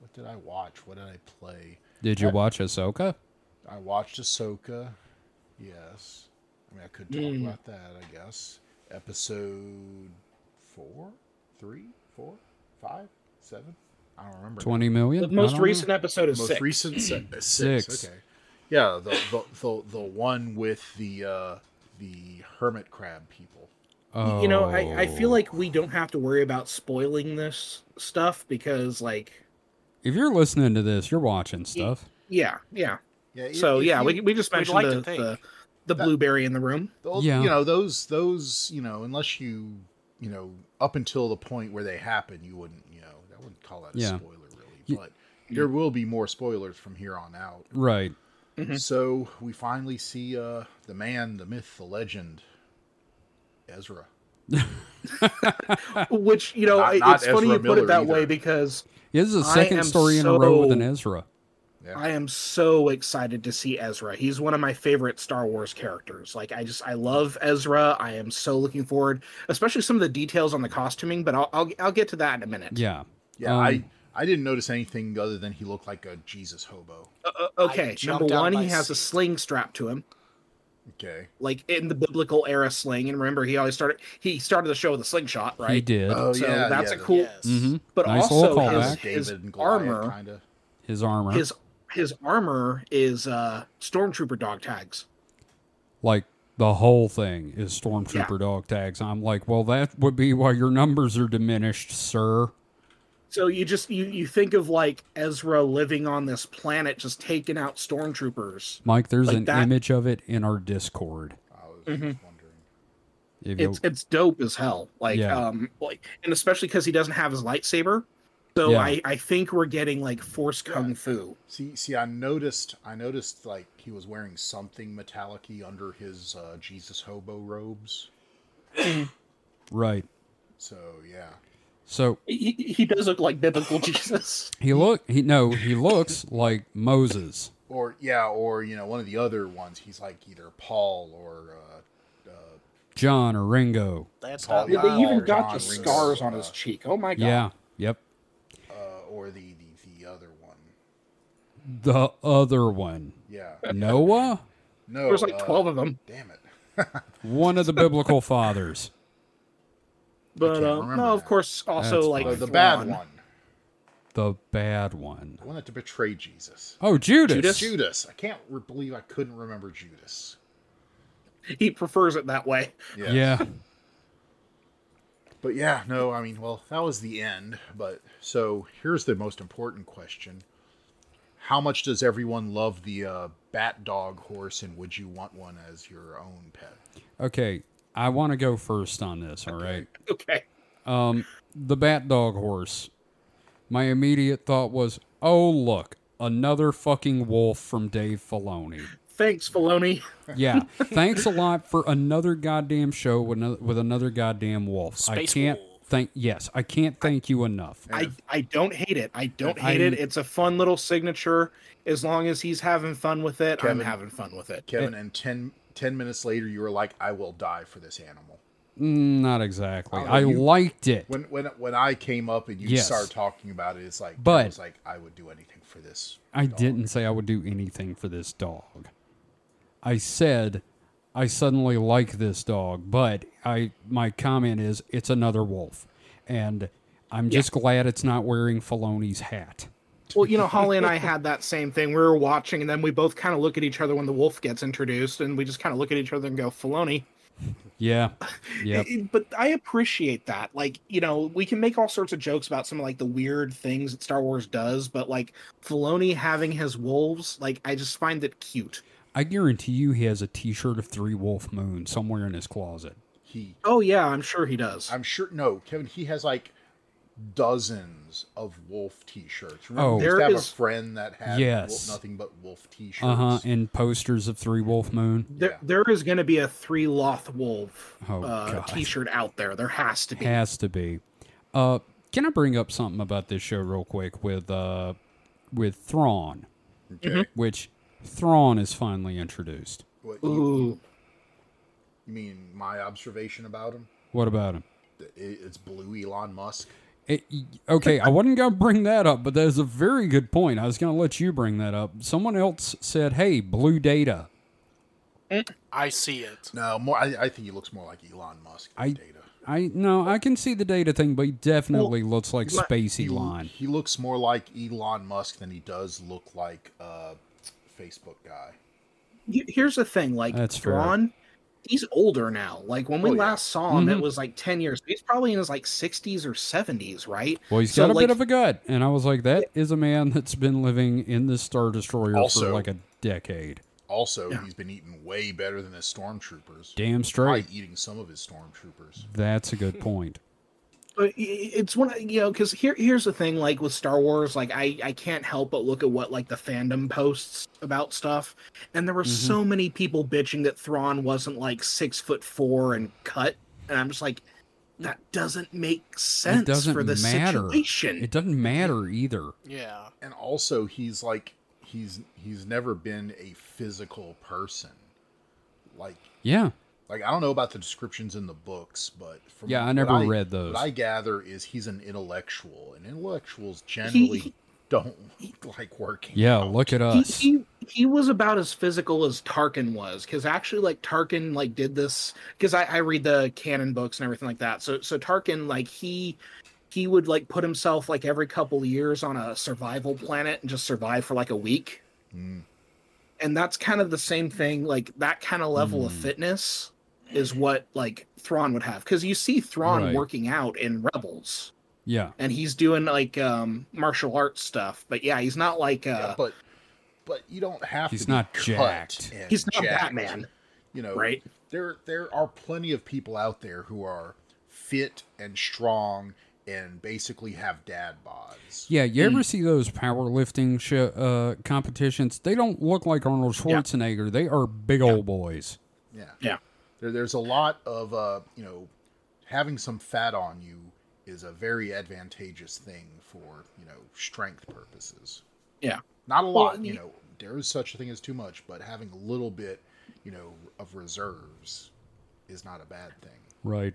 What did I watch? What did I play?
Did you watch Ahsoka?
I watched Ahsoka. Yes, I mean I could talk
Hmm.
about that. I guess episode four, three, four, five, seven. I don't remember. now.
Twenty million.
The
I
most
don't
recent episode is
most
six.
recent se- uh, six.
Six.
Okay. Yeah, the the, the the one with the uh the hermit crab people.
Know. Oh.
You know, I, I feel like we don't have to worry about spoiling this stuff because, like,
if you're listening to this, you're watching stuff.
yeah, yeah.
Yeah.
So
if
yeah,
you-
we, we just
we'd
mentioned
like
the,
to think.
the the blueberry in the room.
those-
Yeah.
You know those those you know unless you you know up until the point where they happen you wouldn't you know I wouldn't call that a
Yeah.
spoiler really but
Mm-hmm.
there will be more spoilers from here on out.
Right.
Mm-hmm.
So we finally see uh the man, the myth, the legend, Ezra.
Which you know,
Not-
I
not
it's funny
Ezra
you put
Miller
it that way
either.
because
This is the
I
second
am
story in a row with an
so-
Ezra.
I am so excited to see Ezra. He's one of my favorite Star Wars characters. Like I just I love Ezra. I am so looking forward, especially some of the details on the costuming. But I'll I'll, I'll get to that in a minute.
Yeah.
Yeah,
Um,
I I didn't notice anything other than he looked like a Jesus hobo.
Uh, okay, number
jumped out of
one,
my
he has a
seat.
sling strapped to him,
Okay.
like in the biblical era sling. And remember, he always started he started the show with a slingshot, right?
He did.
Oh
So
yeah,
that's
yeah,
a
the-
cool.
Yes.
Mhm.
But
Nice little
also
callback.
his,
David
his
and Goliath
armor.
kind of.
His armor,
his his armor is uh stormtrooper dog tags
like the whole thing, is stormtrooper dog tags. I'm like, well, that would be why your numbers are diminished, sir.
so you just you you think of like ezra living on this planet just taking out stormtroopers
Mike, there's
Like
an
that-
image of it in our Discord.
I was
Mm-hmm.
wondering.
If you,
it's it's dope as hell like
Yeah.
um like and especially because he doesn't have his lightsaber so
Yeah.
i i think we're getting like force kung fu
See, see, I noticed, I noticed like he was wearing something metallic-y under his uh, Jesus hobo robes.
right.
So yeah,
So
he, he does look like biblical jesus
he look he no he looks like Moses.
or yeah, or you know, one of the other ones. He's like either Paul or uh,
John or Ringo.
That's
Paul-
not
Yeah,
they
my
even
Wow.
got the
John Ringo.
scars on his cheek oh my god
Yeah. Yep.
uh, or the, the the other one.
The other one.
Yeah,
Noah?
no,
there's like
uh,
12 of them
Damn it.
One of the biblical fathers.
but
can't
uh,
remember
no of
that.
course also
That's
like
fine.
The,
The
the bad
Thrawn.
one,
The bad one.
the one that betrayed Jesus.
Oh, Judas.
Judas. I can't re- believe I couldn't remember Judas.
he prefers it that way
Yes.
Yeah.
But yeah, no, I mean, well, that was the end. But so here's the most important question: How much does everyone love the uh, bat dog horse, and would you want one as your own pet?
Okay. I want to go first on this, all right?
okay
Um, the bat dog horse. My immediate thought was, oh, look, another fucking wolf from Dave Filoni.
Thanks, Filoni.
Yeah. Thanks a lot for another goddamn show with another, with another goddamn wolf.
Space
I can't
wolf.
thank, yes, I can't thank you enough.
I, I don't hate it. I don't
I-
hate it. It's a fun little signature. As long as he's having fun with it,
Kevin-
I'm having fun with it.
Kevin, and 10, 10 minutes later, you were like, "I will die for this animal."
Mm, not exactly.
Oh,
I
you-
liked it.
When when when I came up and you
Yes.
started talking about it, it's like, I
But-
was like, "I would do anything for this."
I didn't say I would do anything for this dog. I said I suddenly like this dog, but I my comment is it's another wolf, and I'm just glad it's not wearing Filoni's hat.
Well, you know, Holly and I had that same thing. We were watching, and then we both kind of look at each other when the wolf gets introduced, and we just kind of look at each other and go, Filoni.
Yeah, yeah,
It- But I appreciate that. Like, you know, we can make all sorts of jokes about some of like the weird things that Star Wars does, but like Filoni having his wolves, like, I just find it cute.
I guarantee you he has a T-shirt of three wolf moons somewhere in his closet.
He,
Oh, yeah, I'm sure he does.
I'm sure. No, Kevin, he has like dozens of Wolf T-shirts.
Oh.
Remember, we used
There
to have
is-
a friend that had
Yes.
Wolf- nothing but Wolf T-shirts.
Uh huh. And posters of Three Wolf Moon.
There, there is going to be a three Loth Wolf
Oh,
uh,
God.
T-shirt out there. There has to be.
Has to be. Uh, can I bring up something about this show real quick with uh, with Thrawn,
Okay.
which Thrawn is finally introduced.
What, you,
Ooh,
you mean my observation about him?
What about him?
That it- It's blue Elon Musk.
It, okay, I wasn't going to bring that up, but that is a very good point. I was going to let you bring that up. Someone else said, "Hey, Blue Data."
I see it.
No, more. I, I think he looks more like Elon Musk than
I-
Data.
I no, I can see the data thing, but he definitely looks like
my-
Space
He,
Elon.
he looks more like Elon Musk than he does look like uh, Facebook guy.
Y- here's the thing. Like
That's fair.
Thrawn, he's older now. Like when we
Oh, yeah.
last saw him,
Mm-hmm.
it was like ten years. He's probably in his like sixties or seventies, right?
Well, he's
So,
got a
like,
bit of a gut, and I was like, "That is a man that's been living in this star destroyer for
Also-
like a decade."
Also, he's been eating way better than his stormtroopers.
Damn
Probably
straight.
eating some of his stormtroopers.
That's a good point.
But i- i- it's one of- you know because here here's the thing like with Star Wars like I I can't help but look at what like the fandom posts about stuff and there were
Mm-hmm.
so many people bitching that Thrawn wasn't like six foot four and cut and I'm just like that doesn't make sense
It doesn't
for this
matter.
situation.
It doesn't matter either.
Yeah.
and also he's like he's he's never been a physical person like
Yeah,
like i don't know about the descriptions in the books but from
Yeah, I
what
never read those.
what i gather is he's an intellectual and intellectuals generally don't like working
yeah.
out.
Look at
he,
us.
he he was about as physical as Tarkin was because actually like Tarkin like did this because I, I read the canon books and everything like that. So so Tarkin like he he would like put himself like every couple years on a survival planet and just survive for like a week.
Mm,
And that's kind of the same thing. Like that kind of level
Hmm.
of fitness is what like Thrawn would have because you see Thrawn
Right.
working out in Rebels
Yeah,
and he's doing like um martial arts stuff. But yeah, he's not like uh
Yeah, but but you don't have
He's
to be
not
cut
jacked.
and
He's not
jacked.
Batman.
you know
Right.
there there are plenty of people out there who are fit and strong and basically have dad bods
yeah. You
Mm.
ever see those powerlifting sh- uh, competitions? They don't look like Arnold Schwarzenegger. They are big old boys.
yeah
yeah.
There, there's a lot of uh, you know, having some fat on you is a very advantageous thing for you know strength purposes.
Yeah.
Not a lot,
and
you
you-
know. There is such a thing as too much, but having a little bit, you know, of reserves is not a bad thing.
Right.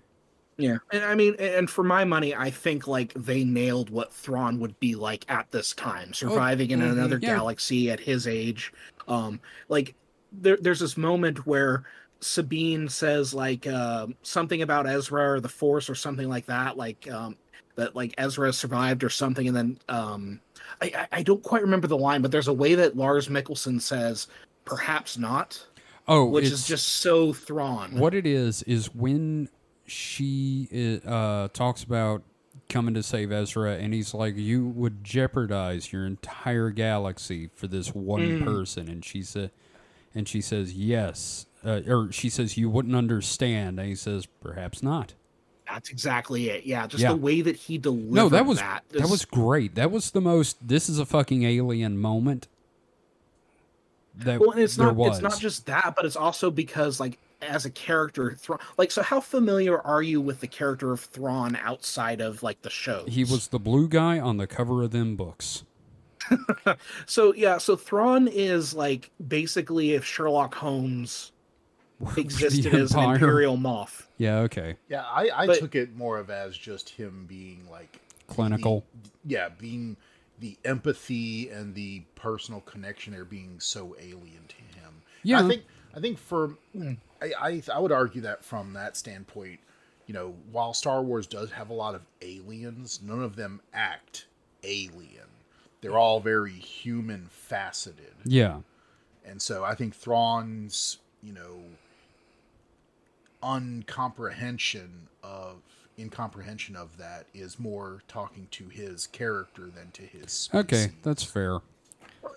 Yeah. And I mean, and for my money, I think like they nailed what Thrawn would be like at this time, surviving in another
Oh, mm-hmm, yeah.
galaxy at his age. Um, like there, there's this moment where Sabine says like uh, something about Ezra or the Force or something like that, like um, that like Ezra survived or something, and then um, I, I I don't quite remember the line, but there's a way that Lars Mickelson says perhaps not,
Oh,
which
it's-
is just so Thrawn.
What it is is when she i- uh, talks about coming to save Ezra, and he's like, "You would jeopardize your entire galaxy for this one
Mm.
person," and she said, and she says, "Yes," uh, or she says, "You wouldn't understand," and he says, "Perhaps not."
That's exactly it. Yeah, just
Yeah.
the way that he delivered.
No, that was
that,
that
is-
was great. That was the most. This is a fucking alien moment. That
Well, and it's
there
not.
was.
It's not just that, but it's also because like as a character, Thrawn. Like, so how familiar are you with the character of Thrawn outside of like the show?
he was the blue guy on the cover of them books.
So yeah, so Thrawn is like basically if Sherlock Holmes existed as an
Empire.
imperial moth.
Yeah. Okay.
Yeah, I, I
But-
took it more of as just him being like
Clinical.
the- yeah, being the empathy and the personal connection there being so alien to him.
Yeah.
I think I think for I, I I would argue that from that standpoint, you know, while Star Wars does have a lot of aliens, none of them act alien. They're all very human faceted.
Yeah.
And so I think Thrawn's, you know, uncomprehension of incomprehension of that is more talking to his character than to his species.
Okay, that's fair.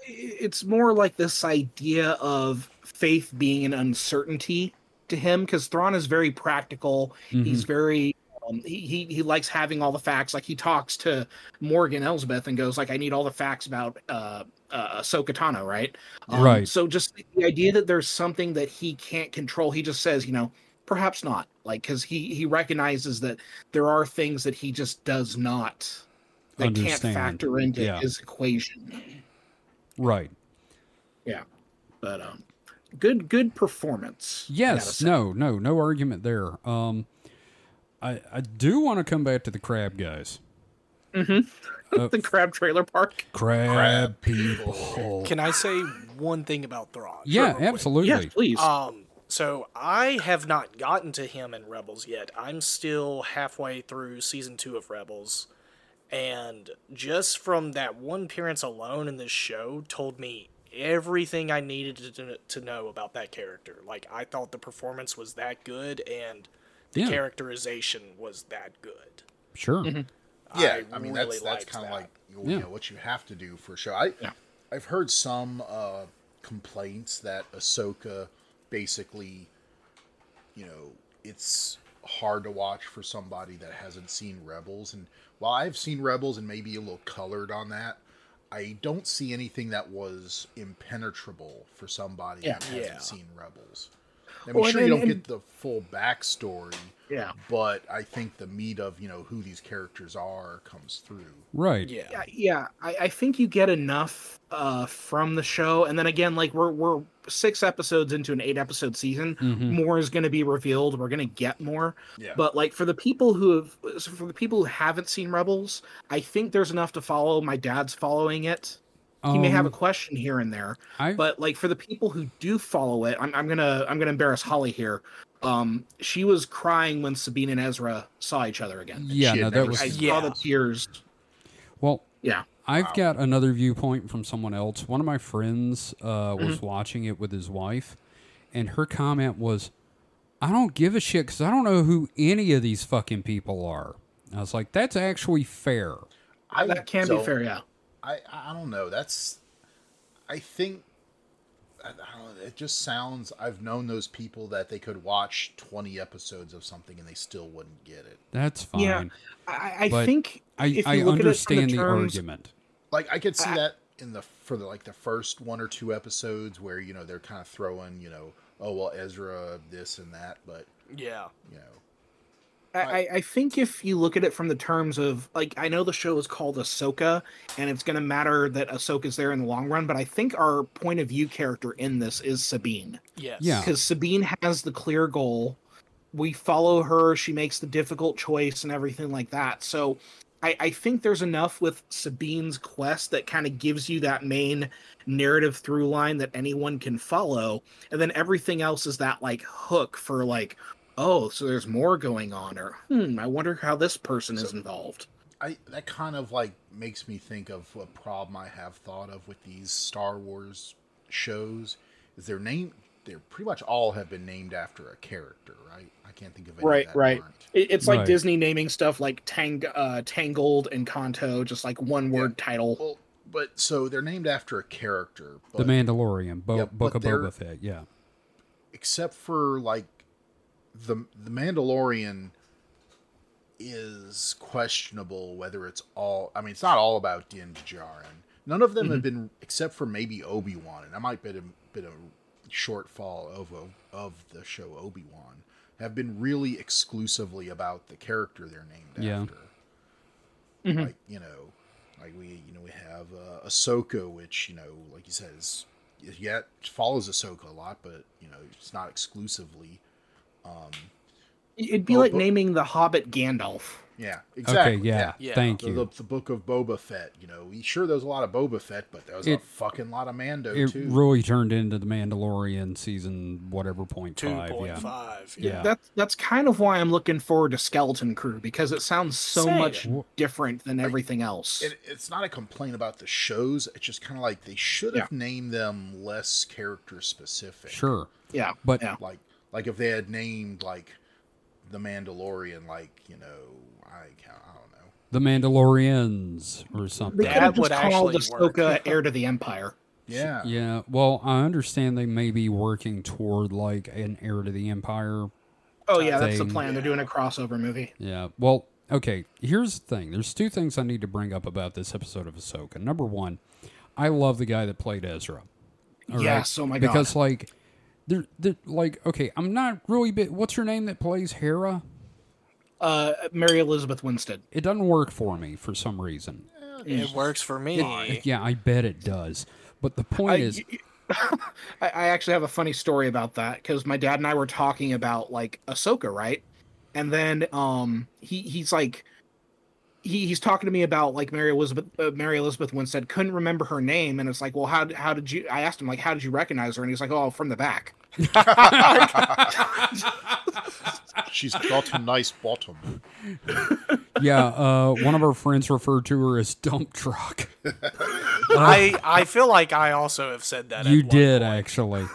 It's more like this idea of faith
Mm-hmm.
being an uncertainty to him because Thrawn is very practical. He's very Um, he, he he likes having all the facts. Like he talks to Morgan Elsbeth and goes like, "I need all the facts about uh, uh, Ahsoka Tano, right?" Um,
Right.
So just the idea that there's something that he can't control. He just says, you know, perhaps not. Like because he he recognizes that there are things that he just does not that
Understand.
can't factor into
Yeah.
his equation.
Right.
Yeah, but um, good good performance. I gotta
Yes.
say.
No. No. No argument there. Um, I I do want to come back to the crab guys.
the crab trailer park.
Crab, people.
Can I say one thing about Thrawn?
Yeah. Absolutely.
Yes, please.
Uh,
Um, so I have not gotten to him in Rebels yet. I'm still halfway through season two of Rebels, and just from that one appearance alone in this show, told me everything I needed to, to know about that character. Like I thought the performance was that good, and the
Yeah.
characterization was that good.
Sure.
Mm-hmm.
yeah,
I
I, mean
really
that's that's
liked
kind of
that.
like you
Yeah.
know what you have to do for a show. I I've heard some uh, complaints that Ahsoka basically, you know, it's hard to watch for somebody that hasn't seen Rebels. And while I've seen Rebels and maybe a little colored on that, I don't see anything that was impenetrable for somebody that
Yeah.
hasn't
Yeah.
seen Rebels. I mean,
Well, and-
sure you don't
and-
get the full backstory,
Yeah.
but I think the meat of you know who these characters are comes through.
Right.
Yeah.
Yeah, yeah. I, I think you get enough uh, from the show, and then again, like we're we're six episodes into an eight episode season,
Mm-hmm. Mm.
more is going to be revealed. We're going to get more,
Yeah.
but like for the people who have so for the people who haven't seen Rebels, I think there's enough to follow. My dad's following it. He may have a
Um,
question here and there,
I-
but like for the people who do follow it, I'm, I'm gonna I'm gonna embarrass Holly here. Um, she was crying when Sabine and Ezra saw each other again.
Yeah.
Shit,
No.
that
That was
I saw
Yeah.
the tears.
well.
Yeah.
I've got another viewpoint from someone else. One of my friends uh,
Mm-hmm.
was watching it with his wife, and her comment was, I don't give a shit because I don't know who any of these fucking people are. I was like, that's actually fair.
I
That can be
don't-
fair, yeah.
I I don't know. That's I think I, I don't know, it just sounds. I've known those people that they could watch twenty episodes of something and they still wouldn't get it.
That's fine.
Yeah, I, I
But
think
I,
if
I
you look
understand
at it
the,
from terms,
argument.
Like I could see that in the for the like the first one or two episodes where you know they're kind of throwing you know oh well Ezra this and that, but
Yeah.
you know
I, I- I think if you look at it from the terms of like I know the show is called Ahsoka, and it's gonna matter that Ahsoka's there in the long run, but I think our point of view character in this is Sabine.
Yes.
Yeah.
because Sabine has the clear goal. We follow her. She makes the difficult choice and everything like that. So I, I think there's enough with Sabine's quest that kind of gives you that main narrative through line that anyone can follow. And then everything else is that like hook for like, oh, so there's more going on, or hmm, I wonder how this person is involved.
I that kind of like makes me think of a problem I have thought of with these Star Wars shows is their name they're pretty much all have been named after a character, right? I can't think of any
Right,
that
right.
aren't.
It, it's like
Right.
Disney naming stuff like Tang, uh, Tangled and Kanto, just like one word title.
Well, but so they're named after a character,
The
but
Mandalorian, Bo-
Yeah,
Book
but
of
they're-
Boba Fett. Yeah.
except for like the the Mandalorian is questionable whether it's all I mean it's not all about Din Djarin. None of them have been except for maybe Obi Wan, and I might been a been a shortfall of of the show Obi Wan have been really exclusively about the character they're named
Yeah.
after. Like you know, like we you know we have uh, Ahsoka, which you know like you said is yeah it follows Ahsoka a lot, but you know it's not exclusively.
It'd be
Oh,
like
but-
naming the Hobbit Gandalf.
Yeah, exactly.
Okay. Yeah.
Yeah.
Thank
The,
you.
the, the book of Boba Fett, you know, we- sure there's a lot of Boba Fett, but there was a
It-
fucking lot of Mando
it
too.
really turned into the Mandalorian season whatever point
Two
five.
point
yeah.
five.
Yeah.
That's that's kind of why I'm looking forward to Skeleton Crew because it sounds so
Same.
much different than everything else.
it, it's not a complaint about the shows. It's just kind of like they should have named them less character specific.
Sure.
yeah,
But-
yeah.
Like like if they had named like the Mandalorian, like you know, I ca- I don't know.
The Mandalorians or something.
they could have
That would
just called
actually work.
Ahsoka heir to the Empire.
Yeah.
Yeah, well, I understand they may be working toward like an heir to the empire
Oh yeah, that's the
thing.
plan. They're doing a crossover movie.
Yeah. Well, okay. Here's the thing. There's two things I need to bring up about this episode of Ahsoka. Number one, I love the guy that played Ezra. All
Yes, oh my God.
Because like, they're, they're like okay. I'm not really. Bit, what's her name that plays Hera?
Uh, Mary Elizabeth Winstead.
It doesn't work for me for some reason.
It works for me.
Yeah, I bet it does. But the point is,
I, I actually have a funny story about that because my dad and I were talking about like Ahsoka, right? And then um, he he's like, he, he's talking to me about like Mary Elizabeth uh, Mary Elizabeth Winstead couldn't remember her name, and it's like, well, how how did you? I asked him like, how did you recognize her? And he's like, oh, from the back.
She's got a nice bottom.
yeah, uh, one of our friends referred to her as dump truck.
I I feel like I also have said that. at
you
one
did actually.
Uh,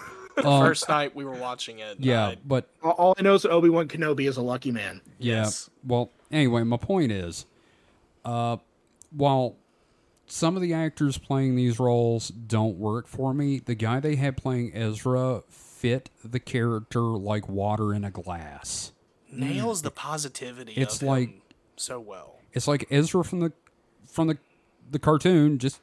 Um,
First night we were watching it.
yeah,
I-
but
All, all I know is that Obi Wan Kenobi is a lucky man.
Yeah.
Yes.
Well, anyway, my point is, uh, while some of the actors playing these roles don't work for me, the guy they had playing Ezra fit the character like water in a glass.
nails the positivity.
It's
of
like-
him so well.
It's like Ezra from the from the the cartoon just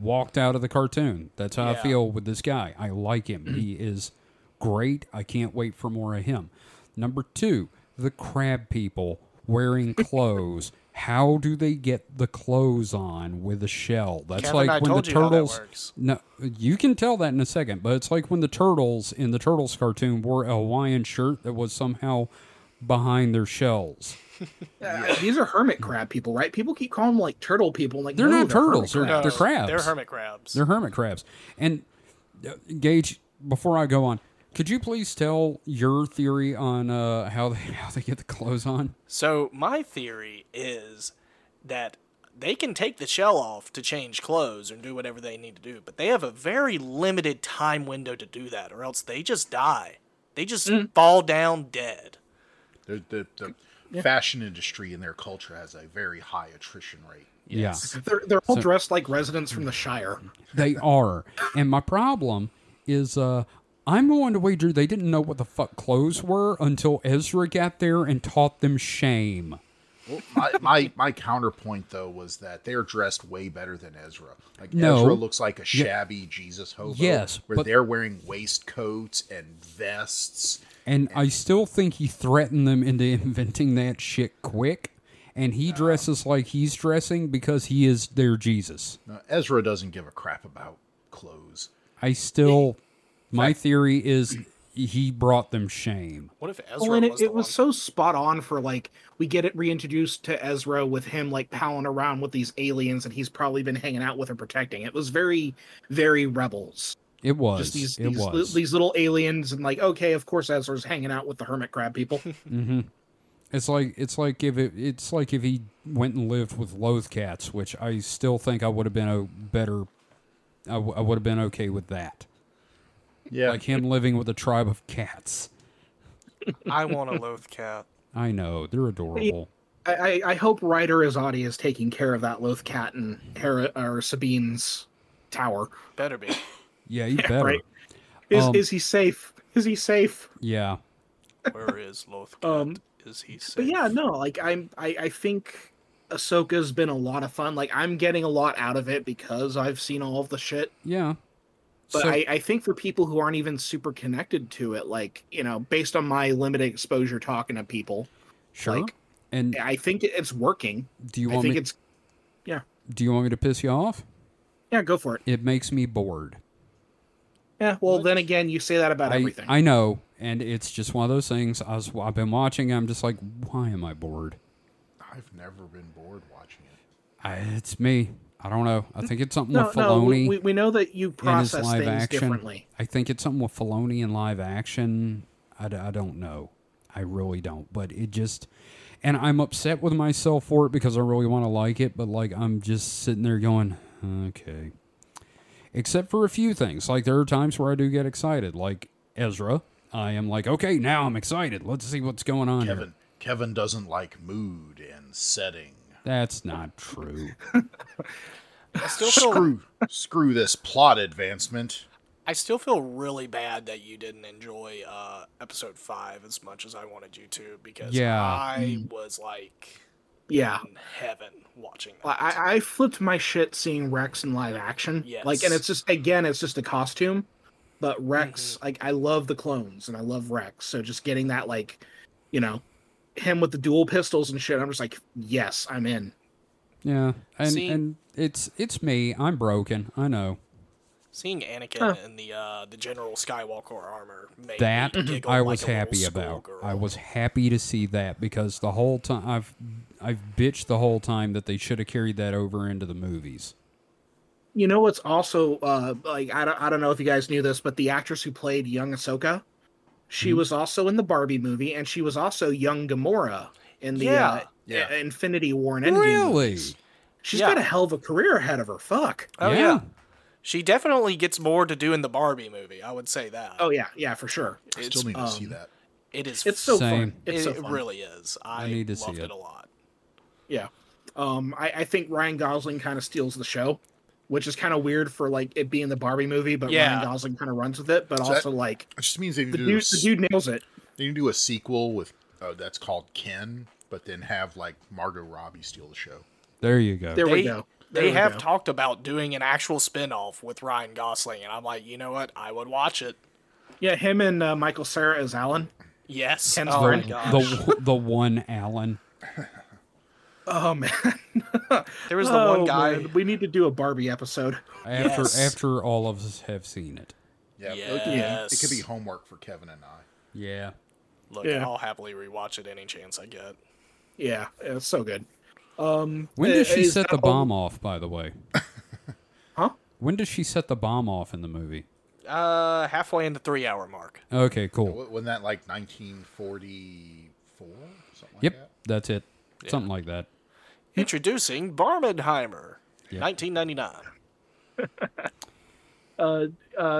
walked out of the cartoon. That's how I
Yeah.
feel with this guy. I like him. he is great. I can't wait for more of him. Number 2, the crab people wearing clothes. how do they get the clothes on with a shell? That's
Kevin,
like
I
when
told
the
you how that
turtles
works.
No, you can tell that in a second, but it's like when the turtles in the turtles cartoon wore a Hawaiian shirt that was somehow behind their shells.
Uh, these are hermit crab people, right? People keep calling them like turtle people. Like
They're
no,
not
hermit
turtles, they're-
crabs.
they're crabs.
They're hermit crabs.
They're hermit crabs. And uh, Gage, before I go on, could you please tell your theory on uh, how they how they get the clothes on?
So my theory is that they can take the shell off to change clothes and do whatever they need to do, but they have a very limited time window to do that, or else they just die. They just
Mm.
fall down dead.
The, the, the fashion industry and their culture has a very high attrition rate.
Yeah,
They're, they're all dressed like residents from the Shire.
they are. And my problem is, uh, I'm going to wager they didn't know what the fuck clothes were until Ezra got there and taught them shame.
Well, my, my my counterpoint though was that they're dressed way better than Ezra. Like
No.
Ezra looks like a shabby Jesus hobo.
Yes,
where
but-
they're wearing waistcoats and vests.
And I still think he threatened them into inventing that shit quick. And he dresses like he's dressing because he is their Jesus.
Now, Ezra doesn't give a crap about clothes.
I still, my theory is he brought them shame.
What if Ezra
Well, and
was
it,
the
it was
one?
so spot on for like we get it reintroduced to Ezra with him like palling around with these aliens and he's probably been hanging out with and protecting. It was very, very rebels.
It was.
Just these
it
these, li-
was.
these little aliens and like okay, of course Ezra's hanging out with the hermit crab people.
it's like it's like if it, it's like if he went and lived with loath cats, which I still think I would have been a better. I, w- I would have been okay with that.
Yeah,
Like him living with a tribe of cats.
I want a loath cat.
I know they're adorable.
I, I, I hope Ryder Azadi is taking care of that Loth Cat and Hera or Sabine's tower.
Better be.
Yeah, you better.
right. Is
Um,
is he safe? Is he safe?
Yeah,
Where is loath cat?
Um,
is he safe?
But yeah, no, like I'm I, I think Ahsoka's been a lot of fun. Like I'm getting a lot out of it because I've seen all of the shit.
yeah.
But
So-
I, I think for people who aren't even super connected to it, like, you know, based on my limited exposure talking to people,
Sure.
like-
and
I think it- it's working.
do you
I
want
think
me?
it's yeah.
Do you want me to piss you off?
Yeah, go for it.
It makes me bored.
Yeah. Well then again you say that about
I,
everything.
I know, and it's just one of those things. I was, I've been watching. I'm just like, why am I bored?
I've never been bored watching it.
I, it's me. I don't know. I think it's something
Mm. no,
with
no,
Filoni
we, we- we know that you
and his
process
live
things
action.
differently.
I think it's something with Filoni and live action. I, d- I don't know. I really don't. But it just, and I'm upset with myself for it because I really want to like it. But like, I'm just sitting there going, okay. Except for a few things. Like there are times where I do get excited. Like Ezra, I am like, okay, now I'm excited. Let's see what's going on. here."
Kevin Kevin doesn't like mood and setting.
That's not true.
I still feel
Screw screw this plot advancement.
I still feel really bad that you didn't enjoy uh, episode five as much as I wanted you to because
Yeah.
I
Mm.
was like
Yeah.
in heaven watching that.
I, I I flipped my shit seeing Rex in live action.
Yes.
Like, and it's just again, it's just a costume, but Rex,
Mm-hmm.
like, I love the clones and I love Rex. So just getting that, like, you know, him with the dual pistols and shit. I'm just like, yes, I'm in.
Yeah, and
See-
and it's it's me. I'm broken. I know
Seeing Anakin
Huh.
in the uh, the General Skywalker armor made
that.
me giggle
I
like
was
a little
happy about.
schoolgirl.
I was happy to see that because the whole time I've I've bitched the whole time that they should have carried that over into the movies.
You know what's also uh like I don't I don't know if you guys knew this, but the actress who played young Ahsoka, she was also in the Barbie movie, and she was also young Gamora in the uh,
Yeah.
Yeah.
uh, Infinity War and Endgame.
Really?
movies. She's
Yeah.
got a hell of a career ahead of her. Fuck.
Oh yeah. she definitely gets more to do in the Barbie movie. I would say that.
Oh yeah, yeah for sure.
I
it's,
still need to see
um,
that.
it is.
It's so
Same.
fun. It's
it,
so
it
fun.
really is. I,
need to see
loved
it.
it. a lot.
Yeah. Um, I, I think Ryan Gosling kind of steals the show, which is kind of weird for like it being the Barbie movie, but
Yeah.
Ryan Gosling kind of runs with it. But
that-
also like
It just means they can
the
do
dude,
s-
the dude nails it.
they can do a sequel with uh, that's called Ken, but then have like Margot Robbie steal the show.
There you go.
There
They,
we go. There
they
we
have
go.
talked about doing an actual spin-off with Ryan Gosling, and I'm like, you know what? I would watch it.
yeah, him and uh, Michael Sarah as Alan.
Yes.
Ken's
oh my
Brand.
gosh.
the the one Alan.
Oh man,
There was the
Oh,
one guy.
man. We need to do a Barbie episode.
After
Yes.
after all of us have seen it.
Yeah,
Yes.
it could be homework for Kevin and I.
Yeah.
Look,
Yeah.
I'll happily rewatch it any chance I get.
Yeah, it's so good. Um,
When does
i-
she
is
set
that
the bomb
all-
off? By the way,
Huh?
when does she set the bomb off in the movie?
Uh, halfway in the three-hour mark.
Okay, cool.
Wa- Wasn't that like 1944? Something like
Yep,
that?
that's it. Something like that.
Introducing Barbenheimer,
Yeah.
1999.
Uh,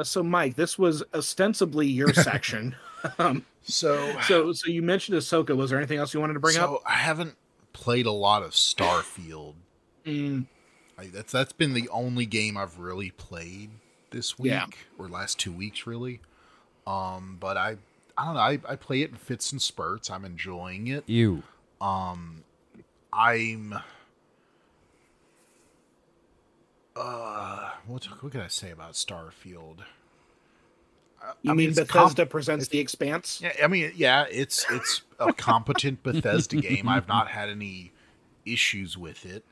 so Mike, this was ostensibly your section.
So,
So, so you mentioned Ahsoka. Was there anything else you wanted to bring
so
up?
I haven't played a lot of Starfield.
Mm,
I, that's that's been the only game I've really played this week
Yeah.
or last two weeks really. Um, but I I don't know. I, I play it in fits and spurts. I'm enjoying it.
You.
I'm. Uh, what what can I say about Starfield?
you
I mean,
mean,
it's com-
Bethesda presents The Expanse?
Yeah, I mean, yeah, it's it's a competent Bethesda game. I've not had any issues with it.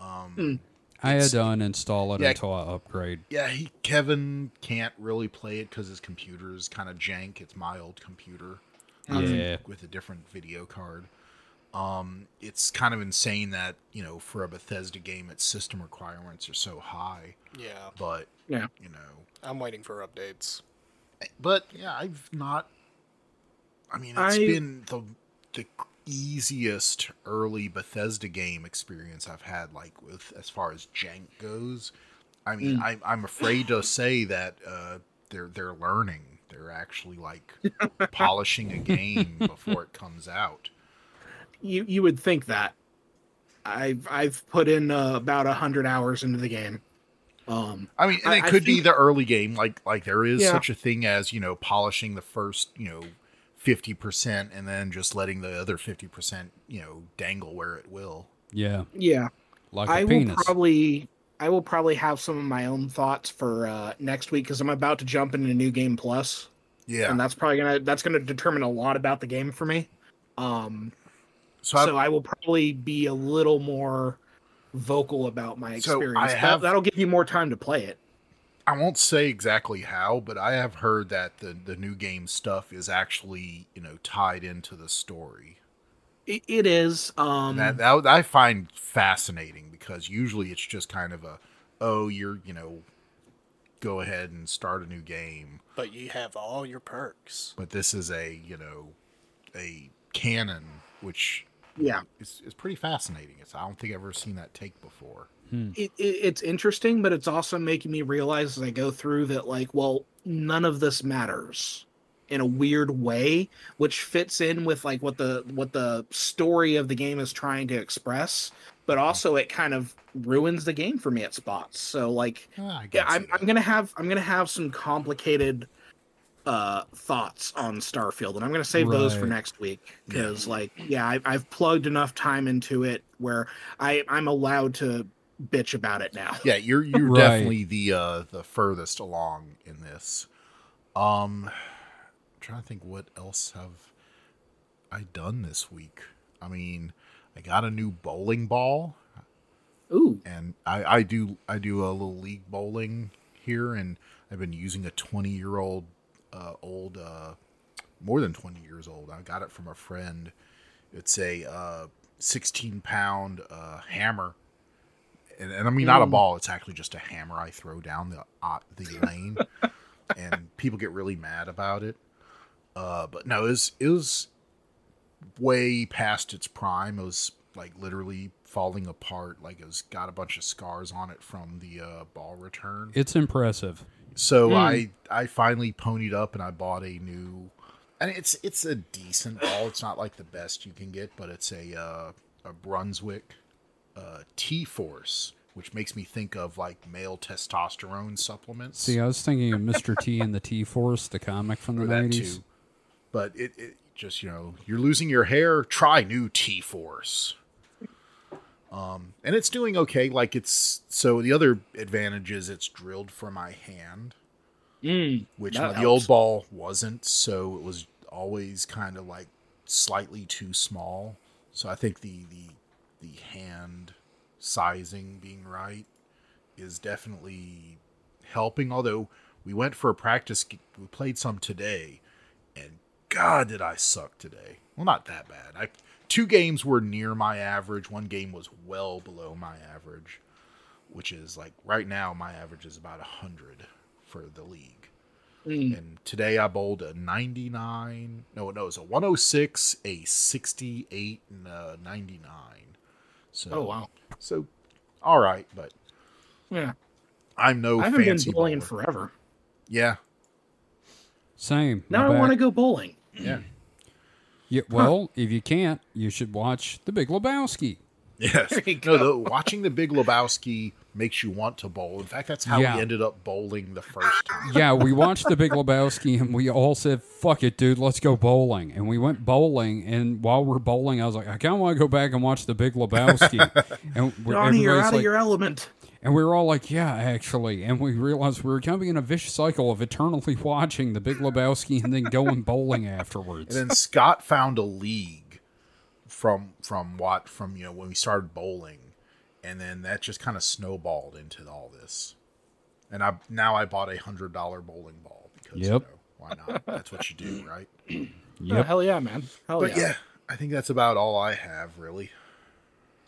I had to uninstall it
Yeah.
until I upgrade.
Yeah, he, Kevin can't really play it because his computer is kind of jank. It's my old computer.
Yeah.
with a different video card. Um, it's kind of insane that you know for a Bethesda game, its system requirements are so high.
Yeah,
But
Yeah.
you know,
I'm waiting for updates.
but yeah, I've not. I mean, it's
I-
been the the easiest early Bethesda game experience I've had, like with as far as jank goes. I mean,
Mm.
I'm I'm afraid to say that uh, they're they're learning. They're actually like polishing a game before it comes out.
you you would think that i've i've put in uh, about 100 hours into the game um
I mean, and
I-
it
I
could be
think-
the early game, like like there is
Yeah.
such a thing as you know polishing the first you know fifty percent and then just letting the other fifty percent you know dangle where it will.
Yeah.
yeah
Like a
i will
penis.
probably i will probably have some of my own thoughts for uh next week because i'm about to jump into new game plus
Yeah.
and that's probably gonna that's gonna determine a lot about the game for me um
so
so
I,
i will probably be a little more vocal about my
So I
experience That-
have-
that'll give you more time to play it
I won't say exactly how, but I have heard that the the new game stuff is actually you know tied into the story.
it, it is um
That, that I find fascinating because usually it's just kind of a oh you're you know go ahead and start a new game.
But you have all your perks.
but this is a you know a canon which
yeah
is, is pretty fascinating it's i don't think i've ever seen that take before
it, it, it's interesting, but it's also making me realize as I go through that, like, well, none of this matters in a weird way, which fits in with like what the what the story of the game is trying to express. but also it kind of ruins the game for me at spots. So like
Ah, I
yeah,
guess
I'm,
it
I'm gonna have I'm gonna have some complicated uh thoughts on Starfield, and I'm gonna save those for
Right.
next week because like yeah, I, I've plugged enough time into it where I I'm allowed to bitch about it now.
yeah you're you're
Right.
definitely the uh the furthest along in this um trying to think what else have i done this week i mean i got a new bowling ball
Ooh,
and i i do i do a little league bowling here and i've been using a 20 year old uh old uh more than 20 years old i got it from a friend it's a uh 16 pound uh hammer and, and I mean not a ball. It's actually just a hammer I throw down the uh, the lane, and people get really mad about it. Uh, but no, it was, it was way past its prime. It was like literally falling apart. Like it was got a bunch of scars on it from the uh, ball return.
It's impressive.
So
Hmm.
I I finally ponied up and I bought a new, and it's it's a decent ball. It's not like the best you can get, but it's a uh, a Brunswick uh, T Force, which makes me think of like male testosterone supplements.
See, I was thinking of Mr. T and the T Force, the comic from the
or that
nineties.
too, but it, it just you know you're losing your hair. Try new T Force. Um, and it's doing okay. Like it's so the other advantage is it's drilled for my hand. which
That
when the old
helps.
ball wasn't, so it was always kind of like slightly too small. So I think the the the hand sizing being right is definitely helping. Although we went for a practice, g- we played some today, and God did I suck today. Well, not that bad. I two games were near my average. One game was well below my average, which is like right now my average is about hundred for the league.
Mm.
And today I bowled a 99. No, no, it's a 106, a 68, and a 99. So,
oh wow,
So, all right, but
yeah,
I'm no
I haven't been
fancy
bowling in
bowler.
forever.
Yeah,
Same.
Now
My
I want to
bad.
go bowling.
yeah,
Yeah, well, if you can't, you should watch The Big Lebowski.
yes.
you
No, the, watching the Big Lebowski makes you want to bowl. In fact, that's how
Yeah.
we ended up bowling the first time.
yeah, we watched The Big Lebowski and we all said, fuck it, dude, let's go bowling. And we went bowling. And while we're bowling, I was like, I kind of want to go back and watch The Big Lebowski. and, we're,
Donnie, you're
everybody's
out
like-
of your element.
and we were all like, yeah, actually. And we realized we were coming in a vicious cycle of eternally watching The Big Lebowski and then going bowling afterwards.
And then Scott found a league from from what from you know when we started bowling, and then that just kind of snowballed into all this. And I now I bought a hundred dollar bowling ball because you
Yep.
know, why not? That's what you do, right?
Oh,
yep.
hell Oh, yeah, man. Hell
But yeah, I think that's about all I have really.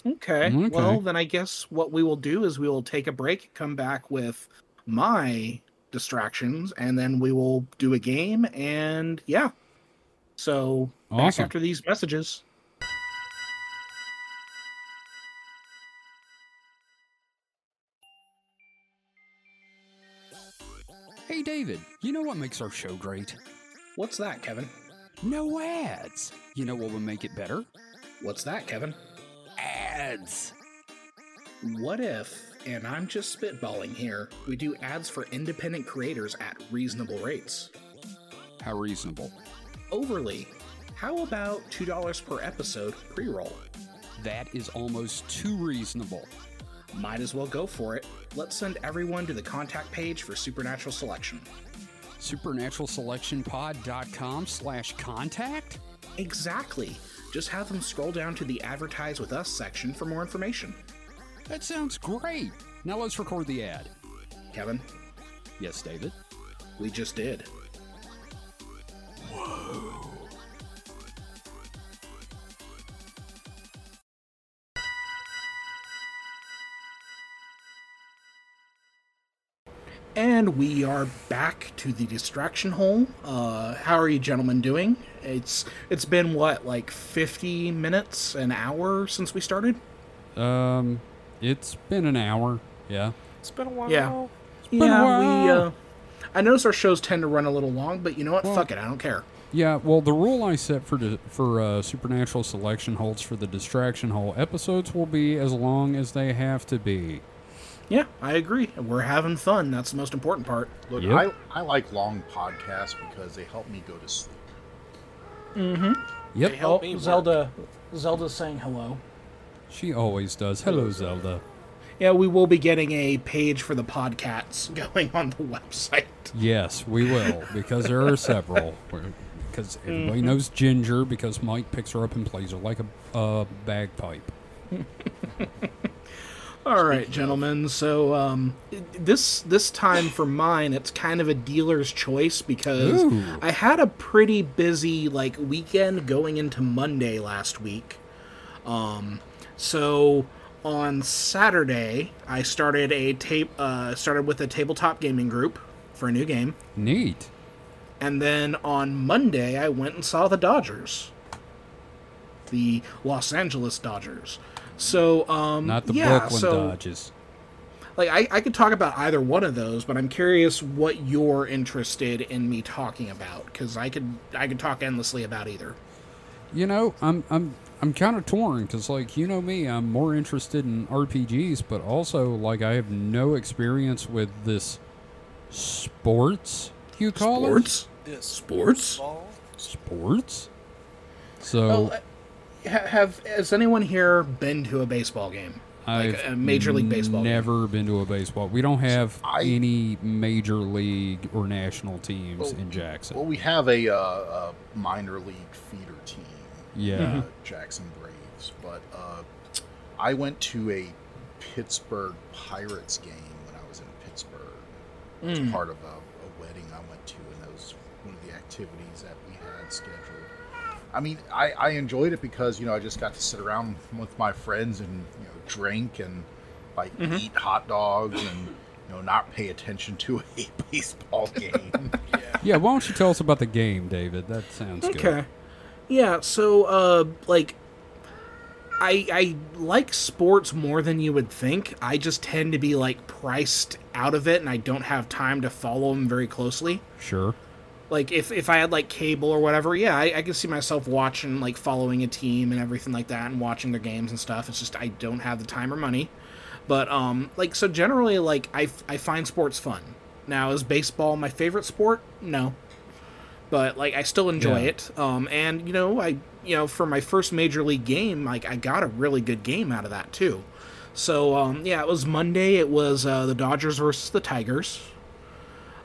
Okay.
Okay.
Well, then I guess what we will do is we will take a break, come back with my distractions, and then we will do a game. And yeah. So, back
Awesome.
after these messages.
Hey, David, you know what makes our show great?
What's that, Kevin?
No ads. You know what would make it better?
What's that, Kevin?
Ads.
What if, and I'm just spitballing here, we do ads for independent creators at reasonable rates?
How reasonable.
Overly, how about $2 per episode pre roll?
That is almost too reasonable.
Might as well go for it. Let's send everyone to the contact page for Supernatural Selection.
SupernaturalSelectionPod.com slash contact?
Exactly. Just have them scroll down to the Advertise with Us section for more information.
That sounds great. Now let's record the ad.
Kevin,
Yes, David.
we just did. And we are back to the distraction hole. Uh, how are you gentlemen doing? It's it's been what like 50 minutes, an hour since we started.
Um, it's been an hour. Yeah.
It's been a while.
Yeah.
been a
Yeah, we.
while.
Uh, I notice our shows tend to run a little long, but you know what? Fuck it, I don't care.
Yeah, well, the rule I set for di- for uh, supernatural selection holds for the distraction hole. Episodes will be as long as they have to be.
Yeah, I agree. We're having fun. That's the most important part.
Look,
Yep.
I, I like long podcasts because they help me go to sleep.
Yep,
Help me work.
Oh, Zelda, Zelda's saying hello.
she always does. Hello, Zelda.
Yeah, we will be getting a page for the podcasts going on the website.
Yes, we will because there are several. Because everybody
Mm-hmm.
knows Ginger because Mike picks her up and plays her like a uh, bagpipe.
All right, gentlemen. So um, this this time for mine, it's kind of a dealer's choice because
Ooh.
I had a pretty busy like weekend going into Monday last week. Um, so on Saturday, I started a tape uh, started with a tabletop gaming group for a new game,
Neat.
and then on Monday, I went and saw the Dodgers, the Los Angeles Dodgers. So um,
Not the
yeah,
Brooklyn
so,
Dodges.
like I, I could talk about either one of those but i'm curious what you're interested in me talking about because i could i could talk endlessly about either
You know, I'm I'm I'm kind of torn because, like, you know me, I'm more interested in RPGs, but also like I have no experience with this sports. You call
This
Sports?
ball.
it sports? So
well, uh, ha- have has anyone here been to a baseball game
I've
a Major League Baseball game.
Never been to a baseball. We don't have
I-
any major league or national teams in Jackson.
Well, we have a, uh, a minor league feeder team,
yeah,
uh, Jackson Braves, but uh, I went to a Pittsburgh Pirates game when I was in Pittsburgh. It
Hmm.
was part of a, a wedding I went to, and that was one of the activities that we had scheduled. I mean, I, I enjoyed it because you know I just got to sit around with my friends and you know drink and like eat hot dogs and you know not pay attention to a baseball game.
yeah. Why don't you tell us about the game, David? That sounds good.
Okay. Yeah, so uh like I I like sports more than you would think. I just tend to be like priced out of it and I don't have time to follow them very closely.
Sure.
Like if if I had like cable or whatever, yeah, I, I could see myself watching like following a team and everything like that and watching their games and stuff. It's just I don't have the time or money. But um like so generally like I f- I find sports fun. Now is baseball my favorite sport? No. But like I still enjoy
Yeah.
it. Um and you know, I you know, for my first major league game, like I got a really good game out of that too. So um yeah, it was Monday. It was uh, the Dodgers versus the Tigers.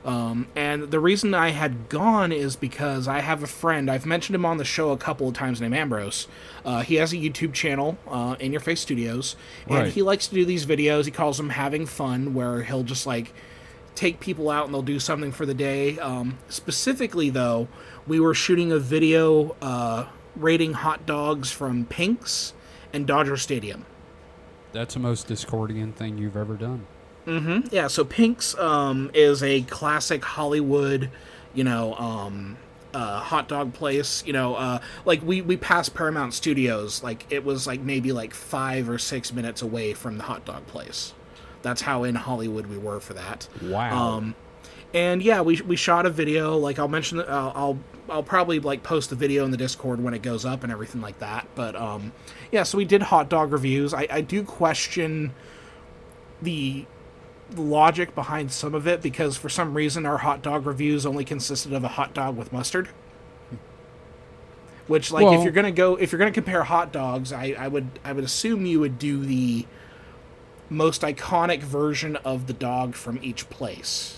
And the reason I had gone is because I have a friend. I've mentioned him on the show a couple of times, named Ambrose. Uh, he has a YouTube channel, uh, In Your Face Studios, and
Right.
he likes to do these videos. He calls them having fun, where he'll just like take people out and they'll do something for the day. Um, specifically, though, we were shooting a video uh, rating hot dogs from Pink's and Dodger Stadium.
That's the most Discordian thing you've ever done.
Yeah, so Pink's um, is a classic Hollywood, you know, um, uh, hot dog place. You know, uh, like we we passed Paramount Studios. Like it was like maybe like five or six minutes away from the hot dog place. That's how in Hollywood we were for that.
Wow.
Um, and yeah, we, we shot a video. Like I'll mention, I'll, I'll I'll probably like post the video in the Discord when it goes up and everything like that. But um, yeah, so we did hot dog reviews. I, I do question the logic behind some of it because for some reason our hot dog reviews only consisted of a hot dog with mustard. Which like
Well-
if you're gonna go if you're gonna compare hot dogs, I, I would I would assume you would do the most iconic version of the dog from each place.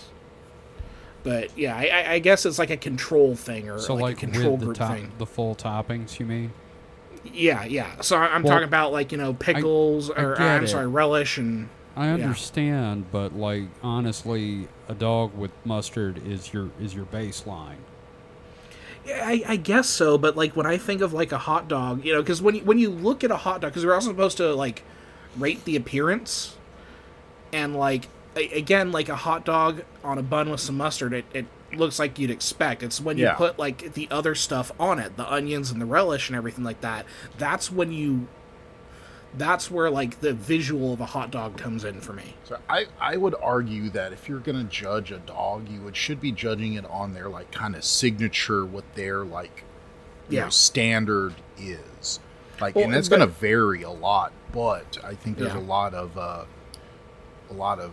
But yeah, I- I, I guess it's like a control thing or
so,
like,
like,
a control
with the
group
top,
thing.
the full toppings, you mean?
Yeah, yeah. So I- I'm
Well,
talking about like you know pickles
I
or
get
I'm
it.
sorry relish and
I understand, but like honestly, a dog with mustard is your is your baseline.
Yeah, I, I guess so, but like when I think of like a hot dog, you know, because when you, when you look at a hot dog, because we're also supposed to like rate the appearance, and like a- again, like a hot dog on a bun with some mustard, it, it looks like you'd expect. It's when you
Yeah.
put like the other stuff on it, the onions and the relish and everything like that. That's when you That's where like the visual of a hot dog comes in for me.
So I, I would argue that if you're going to judge a dog, you would should be judging it on their like kind of signature, what their like you know,
Yeah.
standard is. Like,
Well,
and that's
but-
going to vary a lot. But I think there's
Yeah.
a lot of uh, a lot of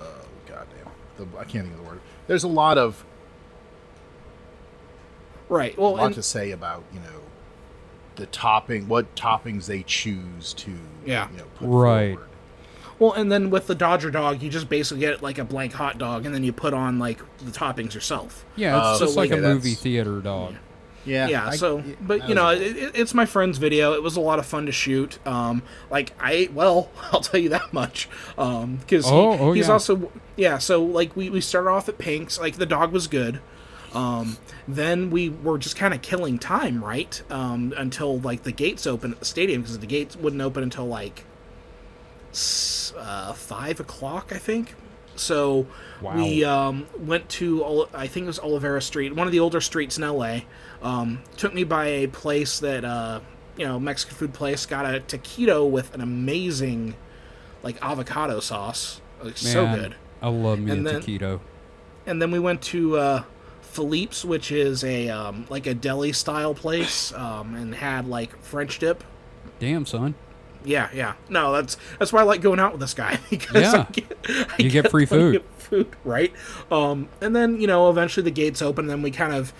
uh, goddamn, the, I can't think of the word. There's a lot of
Right.
a
Well,
lot
and-
to say about you know the topping, what toppings they choose to
Yeah.
you know, put
Right.
forward.
Well, and then with the Dodger dog, you just basically get like a blank hot dog, and then you put on like the toppings yourself.
Yeah, it's
Oh,
just
so,
like
like,
a
yeah,
movie
that's-
theater dog.
Yeah,
Yeah.
I-
so,
yeah,
but
that
you
was
know,
a-
it, it- it's my friend's video. It was a lot of fun to shoot. Um, like I ate well, I'll tell you that much. Um, because
Oh, oh,
he's
yeah.
also yeah. So like we we started off at Pink's. Like the dog was good. Um, then we were just kind of killing time, right? Um, until like the gates open at the stadium because the gates wouldn't open until like s- uh, five o'clock, I think. So
Wow.
we um, went to Ol- I think it was Olivera Street, one of the older streets in LA. Um, took me by a place that uh, you know Mexican food place. Got a taquito with an amazing like avocado sauce. Like, so
Man,
good
I love me
And
a
then-
taquito.
and then we went to uh, Philippe's, which is a um, like a deli style place, um, and had like French dip.
Damn son,
Yeah, yeah. No, that's that's why I like going out with this guy because
Yeah.
I get, I
You get free
plenty
food.
of food, right? Um, and then you know eventually the gates open, and then we kind of.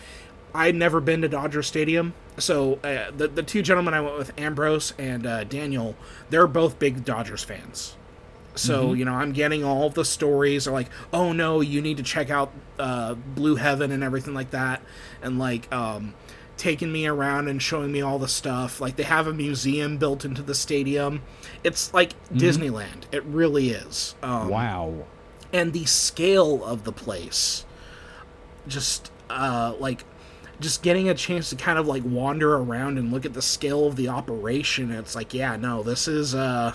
I'd never been to Dodger Stadium, so uh, the the two gentlemen I went with, Ambrose and uh, Daniel, they're both big Dodgers fans. So
Mm-hmm.
you know, I'm getting all the stories are like, oh no, you need to check out uh, Blue Heaven and everything like that, and like um, taking me around and showing me all the stuff. Like they have a museum built into the stadium. It's like
Mm-hmm.
Disneyland. It really is. Um,
wow.
and the scale of the place just uh like just getting a chance to kind of like wander around and look at the scale of the operation it's like yeah no this is uh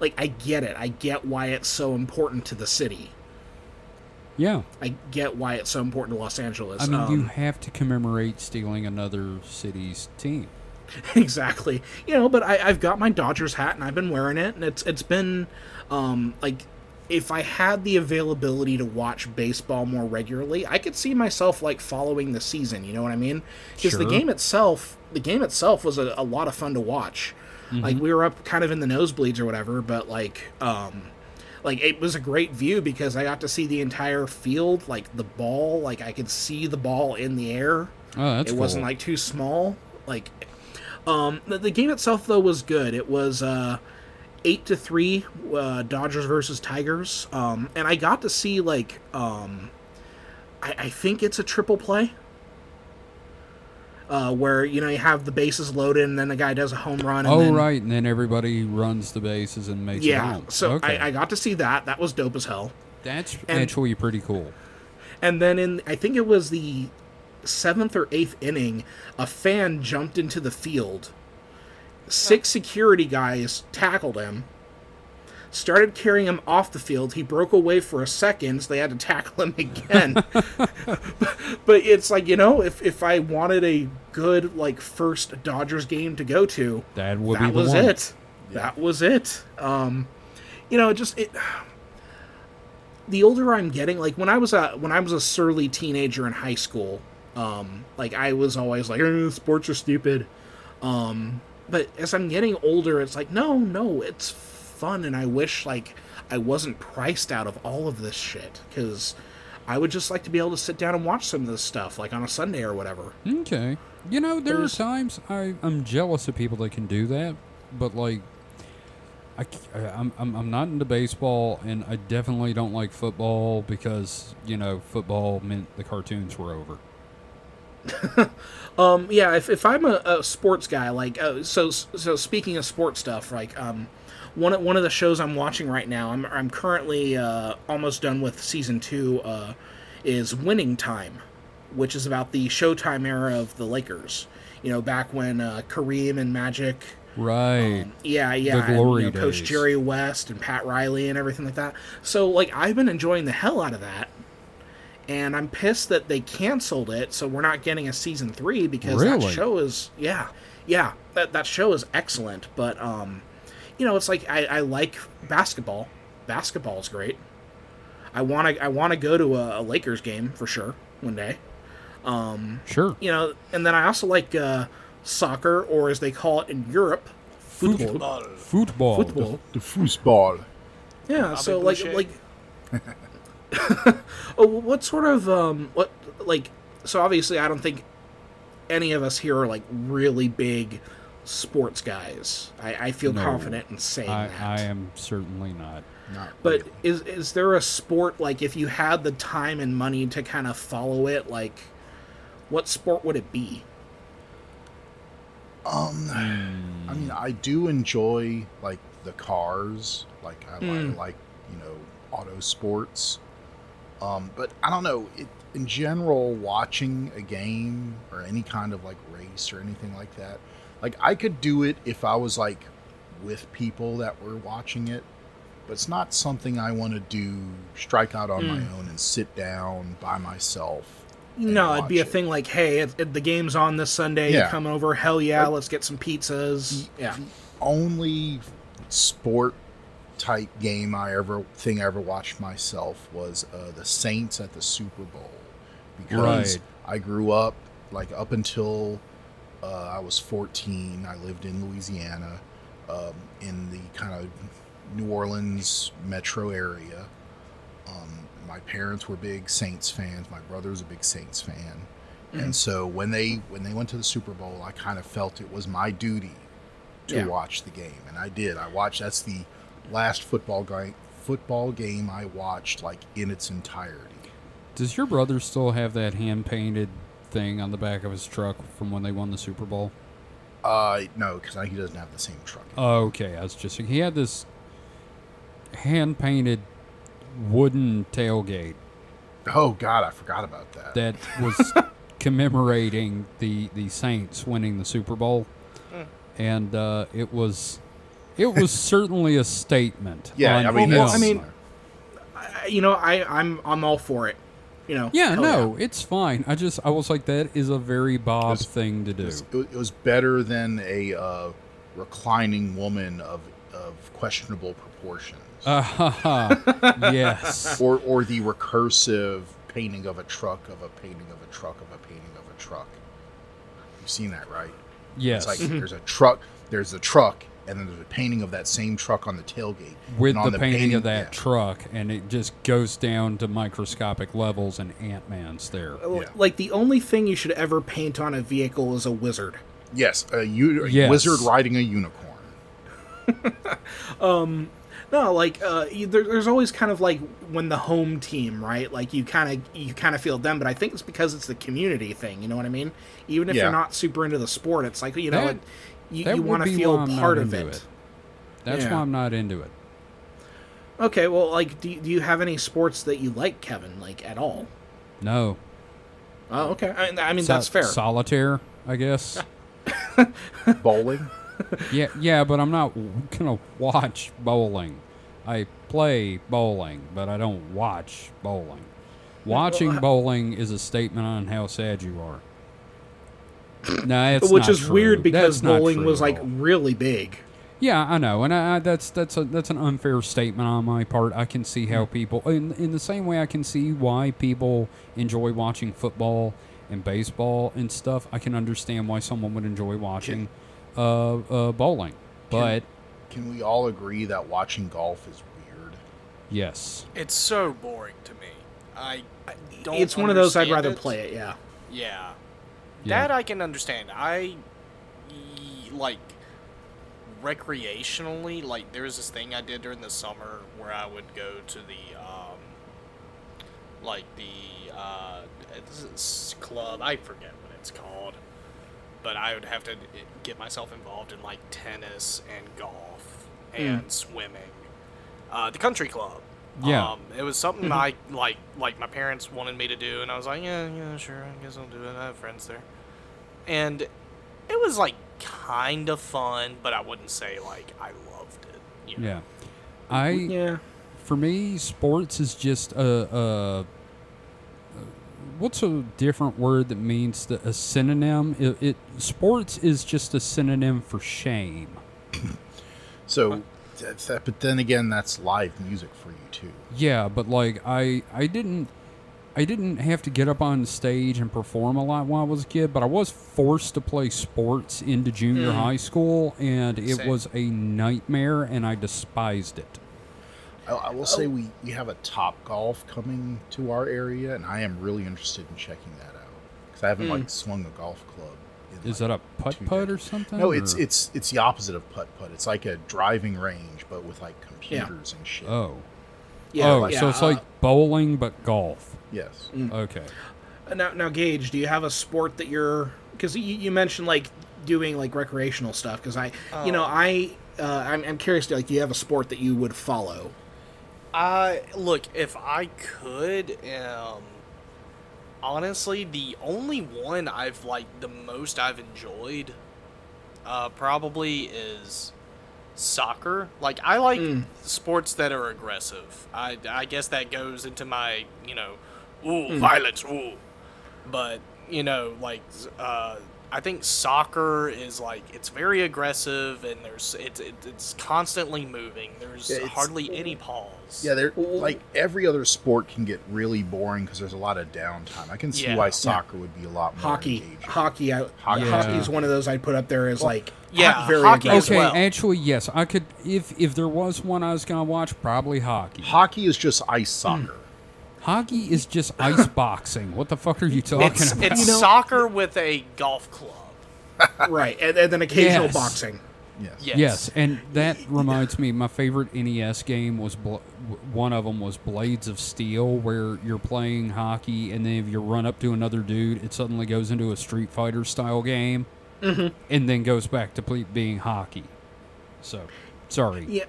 like i get it i get why it's so important to the city
Yeah,
i get why it's so important to los angeles
I mean
um,
you have to commemorate stealing another city's team.
exactly you know but I, i've got my dodgers hat and i've been wearing it and it's it's been um like if i had the availability to watch baseball more regularly i could see myself like following the season you know what i mean because the
Sure.
game itself the game itself was a, a lot of fun to watch like we were up kind of in the nosebleeds or whatever but like um like it was a great view because i got to see the entire field like the ball like i could see the ball in the air
Oh, that's
it wasn't
cool.
like too small like um the, the game itself though was good it was uh eight to three uh dodgers versus tigers um and i got to see like um i, I think it's a triple play uh, where you know you have the bases loaded and then the guy does a home run and
oh
then,
right, and then everybody runs the bases and makes it
yeah
home.
so
okay.
I, I got to see that that was dope as hell
that's
and-
actually pretty cool.
And then in I think it was the seventh or eighth inning, a fan jumped into the field. Six security guys tackled him. Started carrying him off the field. He broke away for a second, so they had to tackle him again. but it's like, you know, if, if I wanted a good, like, first Dodgers game to go to,
That would be
that
the
was
one.
it. That was it. Um, you know, it just it. The older I'm getting, like when I was a when I was a surly teenager in high school, um, like I was always like, "Eh, sports are stupid. Um, but as I'm getting older, it's like, no, no, it's fun, and I wish like I wasn't priced out of all of this shit because I would just like to be able to sit down and watch some of this stuff, like on a Sunday or whatever.
Okay. You know, there are times I, I'm jealous of people that can do that, but like, I, am I'm, I'm not into baseball, and I definitely don't like football because, you know, football meant the cartoons were over.
Um, yeah, if, if I'm a, a sports guy, like uh, so so speaking of sports stuff, like um, one of- one of the shows I'm watching right now, I'm I'm currently uh, almost done with season two, uh, is Winning Time, which is about the Showtime era of the Lakers. You know, back when uh, Kareem and Magic,
Right.
yeah, yeah, and,
glory
you know, Coach
days.
Jerry West and Pat Riley and everything like that. So like I've been enjoying the hell out of that. And I'm pissed that they canceled it, so we're not getting a season three because
Really?
that show is yeah, yeah, that that show is excellent, but um, you know, it's like I, I like basketball. Basketball's great. I want to I want to go to a, a Lakers game for sure one day.
Sure.
You know, and then I also like uh, soccer, or as they call it in Europe, football.
Lol.
Football.
Football.
The foosball.
Yeah. So like
Boucher.
like. oh, what sort of um what like so obviously I don't think any of us here are like really big sports guys. I, I feel
No.
confident in saying
I,
that.
I am certainly not.
Not
But
really.
is is there a sport like if you had the time and money to kind of follow it, like what sport would it be?
Um, I
Hmm.
mean, I do enjoy like the cars. Like I
Mm.
like, like you know auto sports. Um, but I don't know. It, in general, watching a game or any kind of like race or anything like that, like I could do it if I was like with people that were watching it. But it's not something I want to do. Strike out on
Mm.
my own and sit down by myself. and
No, it'd be a
watch it.
thing like, hey, it, it, the game's on this Sunday.
Yeah.
Come over, hell yeah, let's get some pizzas. Yeah,
only sport type game I ever thing I ever watched myself was uh, the Saints at the Super Bowl because
Right.
I grew up like up until uh, I was 14. I lived in Louisiana um, in the kind of New Orleans metro area. Um, my parents were big Saints fans. My brother was a big Saints fan. And so when they when they went to the Super Bowl, I kind of felt it was my duty to
Yeah.
watch the game, and I did. I watched. That's the last football game football game I watched like in its entirety.
Does your brother still have that hand painted thing on the back of his truck from when they won the Super Bowl?
Uh, no, because he doesn't have the same truck.
Okay, I was just he had this hand painted wooden tailgate
oh God, I forgot about that.
that was commemorating the the Saints winning the Super Bowl, and uh, it was it was certainly a statement.
yeah,
on
I
film.
mean, that's-
I mean- I, you know, I I'm I'm all for it. You know.
yeah,
hell
no, it's fine. I just I was like that is a very Bob
It's-
thing to
it
do.
was, it was better than a uh, reclining woman of of questionable proportions,
Uh, Ah, yes.
or or the recursive painting of a truck of a painting of a truck of a painting of a truck. You've seen that, right?
Yes.
It's like there's a truck, there's the truck, and then there's a painting of that same truck on the tailgate.
with
And on
the, painting, of that
yeah.
truck, and it just goes down to microscopic levels, and Ant Man's there.
L-
Yeah.
Like the only thing you should ever paint on a vehicle is a wizard.
Yes, a, u- a
Yes.
wizard riding a unicorn.
No, like uh, you, there, there's always kind of like when the home team, right? Like you kind of you kind of feel them, but I think it's because it's the community thing. You know what I mean? Even if
Yeah.
you're not super into the sport, it's like you know,
That-
it, you,
that
you
would
want
be
to feel
why I'm not
part of
into
it.
it. That's
Yeah.
why I'm not into it.
Okay, well, like, do, do you have any sports that you like, Kevin? Like at all?
No,
Oh, okay. I, I mean,
Sol-
that's fair.
Solitaire, I guess.
Bowling?
yeah, yeah, but I'm not w- gonna watch bowling. I play bowling, but I don't watch bowling. Watching bowling is a statement on how sad you are. No, it's
Which
not
is
true.
weird because
That's not
bowling
true
was
at
like
all.
really big.
Yeah, I know, and I, I, that's that's a, that's an unfair statement on my part. I can see how people, in in the same way, I can see why people enjoy watching football and baseball and stuff. I can understand why someone would enjoy watching uh, uh, bowling, but
Can we all agree that watching golf is weird?
yes,
It's so boring to me. I, I don't.
it's one of those I'd
understand
rather play it. Yeah.
Yeah.
Yeah.
that I can understand. I y- like recreationally. Like there was this thing I did during the summer where I would go to the um, like the uh, it's- it's club. I forget what it's called, but I would have to eh, get myself involved in like tennis and golf
Hmm.
and swimming. Uh, the country club.
Yeah. Mm-hmm.
Um, it was something I like like my parents wanted me to do and I was like, yeah, yeah, sure, I guess I'll do it. I have friends there. And it was like kind of fun, but I wouldn't say like I loved it. You know?
yeah, I
Yeah.
for me, sports is just a, a uh, what's a different word that means the, a synonym? It, it sports is just a synonym for shame.
So, that, that, but then again, that's live music for you too.
Yeah, but like I I didn't I didn't have to get up on stage and perform a lot when I was a kid, but I was forced to play sports into junior
Mm.
high school and it
Same.
was a nightmare and I despised it.
I, I will say we we have a Top Golf coming to our area, and I am really interested in checking that out because I haven't like swung a golf club. in,
Is
like,
that a putt
two
putt
decades.
or something?
No, it's
or-
it's it's the opposite of putt putt. It's like a driving range, but with like computers and shit.
Oh.
Yeah,
oh,
yeah,
so it's
uh,
like bowling but golf.
Yes.
Okay.
Uh, Now, now, Gage, do you have a sport that you're? Because you, you mentioned like doing like recreational stuff. Because I, you
Oh.
know, I, uh, I'm, I'm curious. Like, do you have a sport that you would follow?
I look if I could. Um, honestly, the only one I've like the most I've enjoyed, uh, probably is soccer. Like I like
Hmm.
sports that are aggressive. I I guess that goes into my you know, ooh
Hmm.
violence ooh, but you know like uh. I think soccer is like it's very aggressive and there's it's it's it's constantly moving. There's
Yeah, it's-
hardly any pause.
Yeah, they're like every other sport can get really boring because there's a lot of downtime. I can see
Yeah.
why soccer would be a lot more
Hockey,
engaging.
hockey. I,
Hockey.
hockey.
Yeah.
is one of those I'd put up there as like
yeah,
very
hockey
aggressive.
as
Okay,
well.
actually, yes, I could. If if there was one I was gonna watch, probably hockey.
Hockey is just ice
Hmm.
soccer.
Hockey is just ice boxing. What the fuck are you talking
It's,
about?
it's soccer with a golf club.
right, and, and then occasional
Yes.
boxing.
Yes.
Yes.
yes, and that reminds me. My favorite NES game was bl- w- one of them was Blades of Steel, where you're playing hockey, and then if you run up to another dude, it suddenly goes into a Street Fighter style game,
Mm-hmm.
and then goes back to ple- being hockey. So, sorry.
Yeah,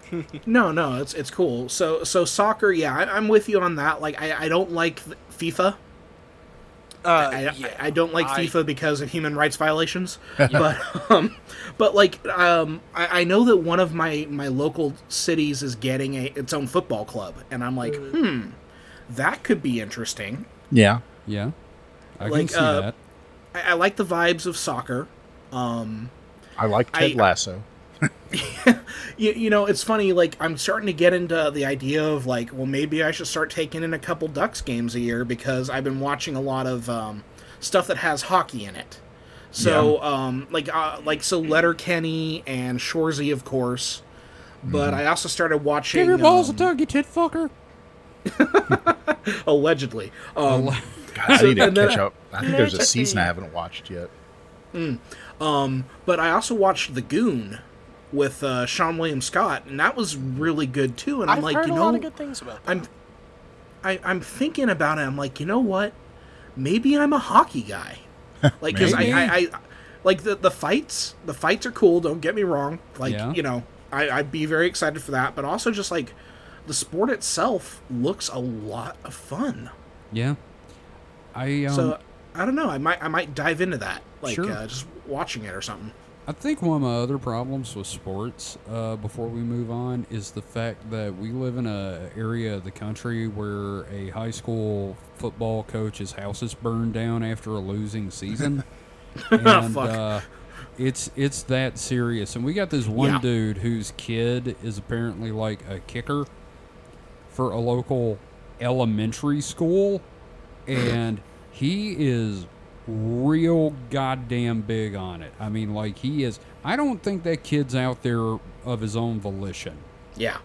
no, no, it's it's cool. So so soccer, yeah, I, I'm with you on that. Like, I, I don't like FIFA.
Uh,
I,
yeah.
I, I don't like
I-
FIFA because of human rights violations. But um, but like um, I, I know that one of my my local cities is getting a, its own football club, and I'm like,
Mm.
hmm, that could be interesting.
Yeah.
Yeah, I can
Like,
see
uh,
that.
I, I like the vibes of soccer. um,
I like
I-
Ted Lasso.
You, you know, it's funny. Like I'm starting to get into the idea of like, well, maybe I should start taking in a couple Ducks games a year because I've been watching a lot of um, stuff that has hockey in it. So, um, like, uh, like so, Letterkenny and Shorzy, of course. But
Mm-hmm.
I also started watching.
Give your balls a
um,
tug, you tit fucker.
allegedly. Um,
God, I need to
and then-
catch up. I think there's a season I haven't watched yet.
um, but I also watched The Goon with uh, Sean William Scott, and that was really good too. And I'm
I've
like,
heard
you
a
know,
lot of good things about that.
I'm- I, I'm thinking about it. I'm like, you know what? Maybe I'm a hockey guy. Like, because I,
Maybe.
I, I, like the the fights. The fights are cool. Don't get me wrong. Like,
Yeah.
you know, I, I'd be very excited for that. But also, just like the sport itself looks a lot of fun.
Yeah, I um,
so I don't know. I might I might dive into that. Like,
Sure.
uh, just watching it or something.
I think one of my other problems with sports, uh, before we move on, is the fact that we live in a area of the country where a high school football coach's house is burned down after a losing season, and
Fuck.
uh, it's it's that serious. And we got this one
Yeah.
dude whose kid is apparently like a kicker for a local elementary school, and he is real goddamn big on it. I mean, like he is. I don't think that kid's out there of his own volition.
Yeah.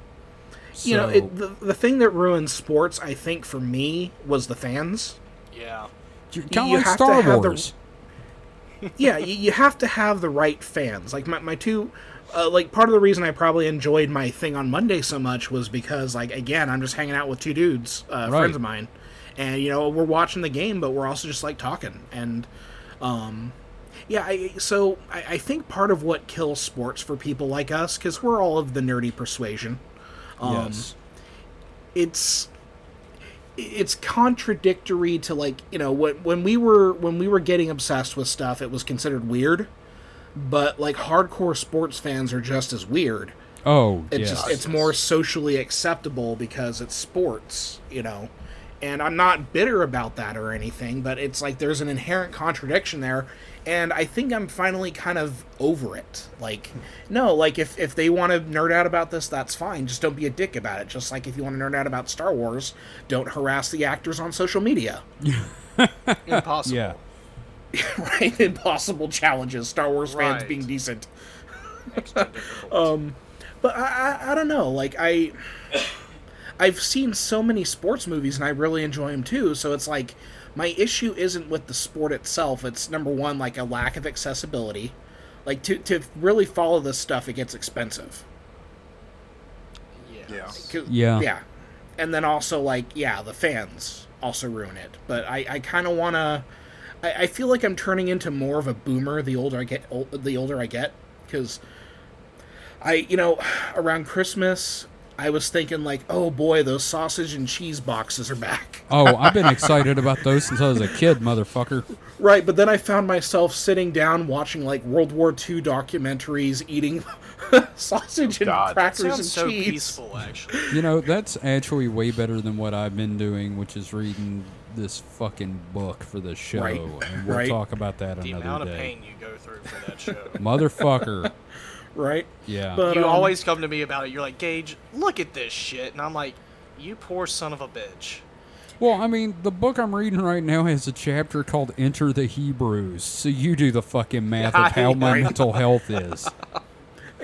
So,
You know, it, the, the thing that ruined sports, I think, for me was the fans.
yeah.
kind
you
of like
have to
Star
have the-
Wars.
yeah, you, you have to have the right fans. Like my, my two, uh, like part of the reason I probably enjoyed my thing on Monday so much was because like again I'm just hanging out with two dudes, uh,
Right.
friends of mine, and you know we're watching the game, but we're also just like talking and, um, yeah. I, so I, I think part of what kills sports for people like us because we're all of the nerdy persuasion. Um,
yes.
it's it's contradictory to like you know when when we were when we were getting obsessed with stuff it was considered weird but like hardcore sports fans are just as weird
Oh,
it's
yes.
just it's more socially acceptable because it's sports you know And I'm not bitter about that or anything, but it's like there's an inherent contradiction there. And I think I'm finally kind of over it. Like, no, like if, if they want to nerd out about this, that's fine. Just don't be a dick about it. Just like if you want to nerd out about Star Wars, don't harass the actors on social media.
Impossible.
Yeah.
right? Impossible challenges. Star Wars fans
Right.
being decent. Um,
Extra difficult.
But I, I, I don't know. Like I, I've seen so many sports movies, and I really enjoy them too. So it's like my issue isn't with the sport itself. It's number one, like a lack of accessibility. Like to to really follow this stuff, it gets expensive.
Yeah.
'Cause-
Yeah.
Yeah. And then also like yeah, the fans also ruin it. But I I kind of wanna. I, I feel like I'm turning into more of a boomer the older I get. Ol- the older I get, because I you know around Christmas I was thinking like oh boy those sausage and cheese boxes are back.
Oh, I've been excited about those since I was a kid, motherfucker.
Right, but then I found myself sitting down watching like World War II documentaries, eating sausage and
God.
It
crackers and
Oh, sounds so
cheese.
peaceful, actually.
You know, that's actually way better than what I've been doing, which is reading this fucking book for the show.
Right.
And we'll
Right.
talk about that
The
another
amount of
day.
pain you go through for that show.
Motherfucker.
Right.
Yeah.
But-
you
um,
always come to me about it. You're like, Gage, look at this shit, and I'm like, you poor son of a bitch.
well, I mean, the book I'm reading right now has a chapter called Enter the Hebrews. So you do the fucking math of how my
Right.
mental health is.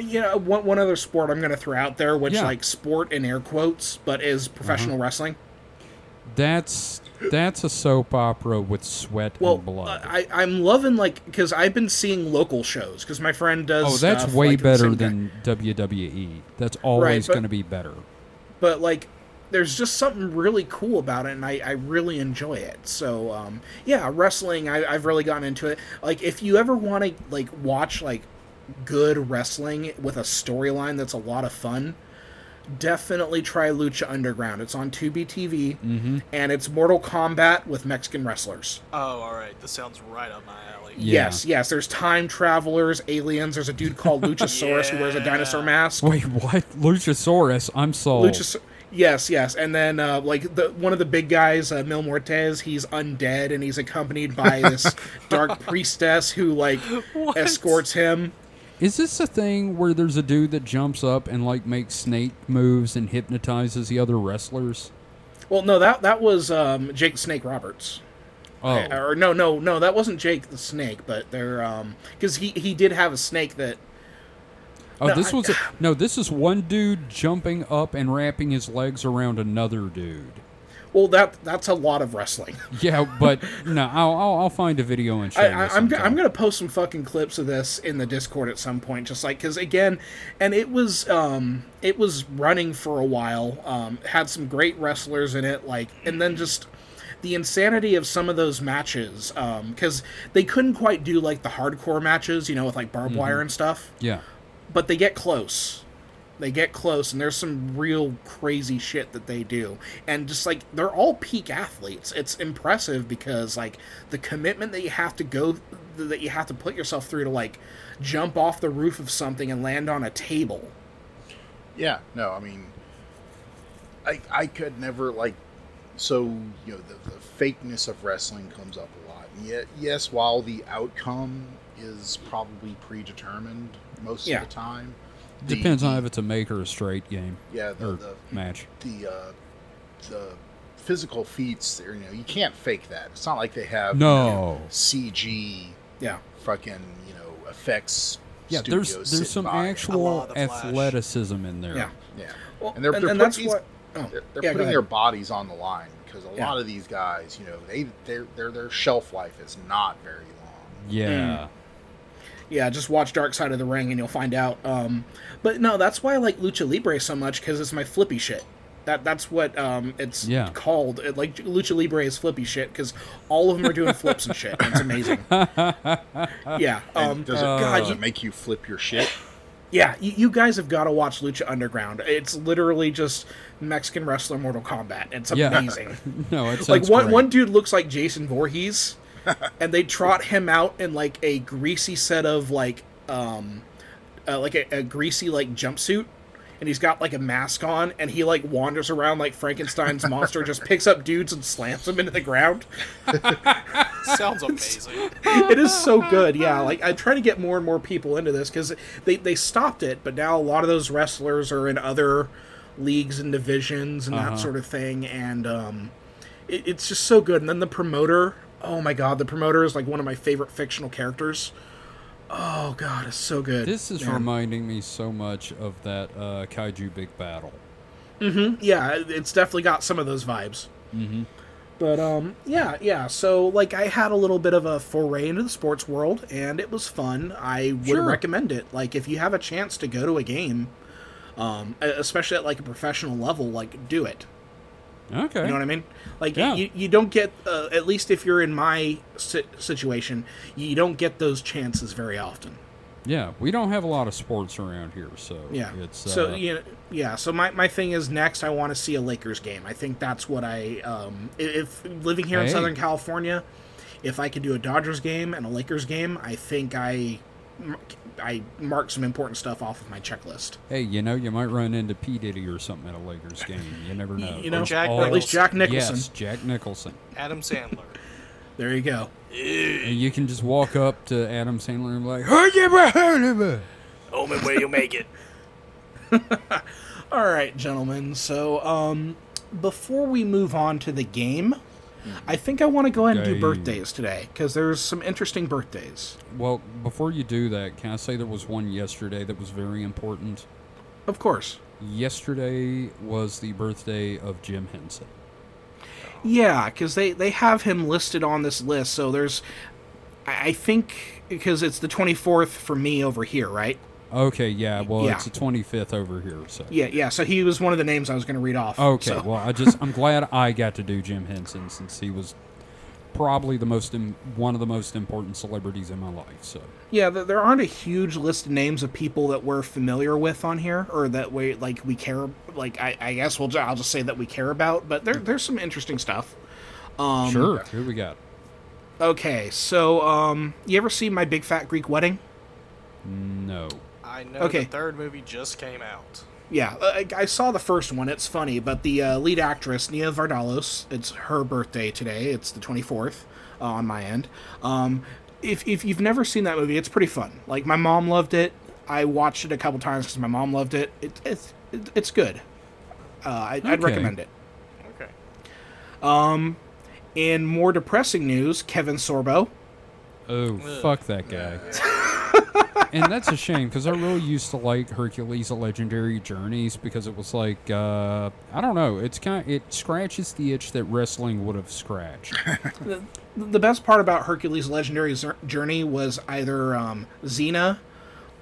you know one, one other sport i'm going to throw out there which
Yeah. Mm-hmm.
like sport in air quotes but is professional wrestling
That's that's a soap opera with sweat
well uh,
and Mm, blood.
I, i'm loving like because i've been seeing local shows because my friend does
oh, that's
stuff,
way
like, at the
better
same time.
than WWE. That's always
but-
going to be better.
but like there's just something really cool about it and i, I really enjoy it so um, yeah wrestling I, i've really gotten into it like if you ever want to like watch like good wrestling with a storyline that's a lot of fun definitely try lucha underground it's on 2b tv and it's mortal kombat with mexican wrestlers
Oh, all right. This sounds right up my alley.
Yeah.
yes yes there's time travelers aliens there's a dude called luchasaurus who wears a dinosaur
Yeah.
mask
Wait, what? Luchasaurus? I'm sold.
Luchas- yes, yes, and then uh, like the one of the big guys, uh, Mil Mortez, he's undead and he's accompanied by this dark priestess who like
What?
escorts him.
Is this the thing where there's a dude that jumps up and like makes snake moves and hypnotizes the other wrestlers?
Well, no, that that was um, Jake the Snake Roberts. Eh,
Oh,
Or no, no, no, that wasn't Jake the Snake, but they're um because he he did have a snake that
oh,
no,
this
I-
was a, no. This is one dude jumping up and wrapping his legs around another dude.
well that that's a lot of wrestling.
Yeah, but no, I'll, I'll, I'll find a video and show
I,
you.
I, I'm,
sometime.
go- I'm gonna post some fucking clips of this in the Discord at some point, just like because again, and it was um it was running for a while, um had some great wrestlers in it, like and then just the insanity of some of those matches, um because they couldn't quite do like the hardcore matches, you know, with like barbed wire and stuff,
Yeah,
but they get close. They get close, and there's some real crazy shit that they do. And just like, they're all peak athletes. It's impressive because, like, the commitment that you have to go, that you have to put yourself through to, like, jump off the roof of something and land on a table.
Yeah, no, I mean, I I could never like, so you know the, the fakeness of wrestling comes up a lot. And yet, yes, while the outcome is probably predetermined most
Yeah.
of the time, the-
depends on
the-
if it's a make or a straight game
yeah the
or
the,
match.
the, uh, the physical feats. You know, you can't fake that. It's not like they
Uh,
have you know,
No.
CG
Yeah.
fucking you know effects.
Yeah, there's
studios
there's
sitting
some
by.
actual
of the Flash.
athleticism in there.
Yeah.
yeah,
Well,
and they're, they're putting these-
oh,
they're, they're
yeah, go
putting
ahead.
their bodies on the line because a
Yeah.
lot of these guys, you know, they their their their shelf life is not very long.
Yeah.
yeah just watch dark side of the ring and you'll find out um but no that's why i like lucha libre so much because it's my flippy shit that that's what um it's
Yeah.
called it, like lucha libre is flippy shit because all of them are doing flips and shit and it's amazing yeah um
And does it,
Uh.
God,
does
you-
it make you flip your shit?
yeah you, you guys have got to watch lucha underground it's literally just mexican wrestler mortal kombat it's
Yeah.
amazing
No, it's
Mm. like one, one dude looks like Jason Voorhees, and they trot him out in like a greasy set of like um, uh, like a, a greasy like jumpsuit, and he's got like a mask on and he like wanders around like Frankenstein's monster, just picks up dudes and slams them into the ground.
Sounds amazing.
it is so good. Yeah, like I try to get more and more people into this because they they stopped it, but now a lot of those wrestlers are in other leagues and divisions and
Uh-huh.
that sort of thing, and um, it, it's just so good. And then the promoter, oh my god, the promoter is like one of my favorite fictional characters. Oh god, it's so good.
This is
man.
reminding me so much of that uh, kaiju big battle.
yeah, it- it's definitely got some of those vibes. Mm-hmm. But um, yeah, yeah. So like, I had a little bit of a foray into the sports world, and it was fun. I would
Sure.
recommend it. Like, if you have a chance to go to a game, um, e- especially at like a professional level, like do it.
Okay.
You know what I mean? Like
Yeah.
you, you don't get uh, at least if you're in my si- situation, you don't get those chances very often.
Yeah, we don't have a lot of sports around here, so
Yeah.
It's
so
uh,
you know, yeah. So my, my thing is next, I want to see a Lakers game. I think that's what I um i- if living here in
Hey.
Southern California, if I could do a Dodgers game and a Lakers game, I think I m- I mark some important stuff off of my checklist.
Hey, you know, you might run into P Diddy or something at a Lakers game. You never know.
you know,
It's
Jack
all-
At least Jack Nicholson.
Uh, Yes, Jack Nicholson.
Adam Sandler.
There you go.
And you can just walk up to Adam Sandler and be like, "Hey, you ever heard of it?"
Omen where you make it.
All right, gentlemen. So um before we move on to the game,
Hmm.
I think I want to go ahead and do
Game.
birthdays today because there's some interesting birthdays.
Well, before you do that, can I say there was one yesterday that was very important?
Of course.
Yesterday was the birthday of Jim Henson.
Yeah, because they they have him listed on this list. So there's, I I think, because it's the twenty fourth for me over here, right?
Okay, yeah, well,
Yeah.
it's the 25th over here, so.
Yeah, yeah. So he was one of the names I was going to read off.
Okay,
so-
well, I just I'm glad I got to do Jim Henson since he was probably the most Im- one of the most important celebrities in my life. So
yeah, th- there aren't a huge list of names of people that we're familiar with on here, or that we like we care. Like I, I guess we'll ju- I'll just say that we care about. But there there's some interesting stuff. Um,
sure, who we got?
Okay, so um, you ever see My Big Fat Greek Wedding?
No,
I know
Okay.
the third movie just came out.
Yeah, uh, I, I saw the first one. It's funny, but the uh, lead actress Nia Vardalos. It's her birthday today. It's the twenty fourth uh, on my end. Um, if if you've never seen that movie, it's pretty fun. Like my mom loved it. I watched it a couple times because my mom loved it. it it's it, it's good. Uh, I, I'd
Okay.
recommend it.
Okay.
In more depressing news, Kevin Sorbo.
oh fuck that guy. and that's a shame because I really used to like Hercules: A Legendary Journeys because it was like uh, I don't know, it's kind it scratches the itch that wrestling would have scratched.
The best part about Hercules' legendary Zur- journey was either um, Xena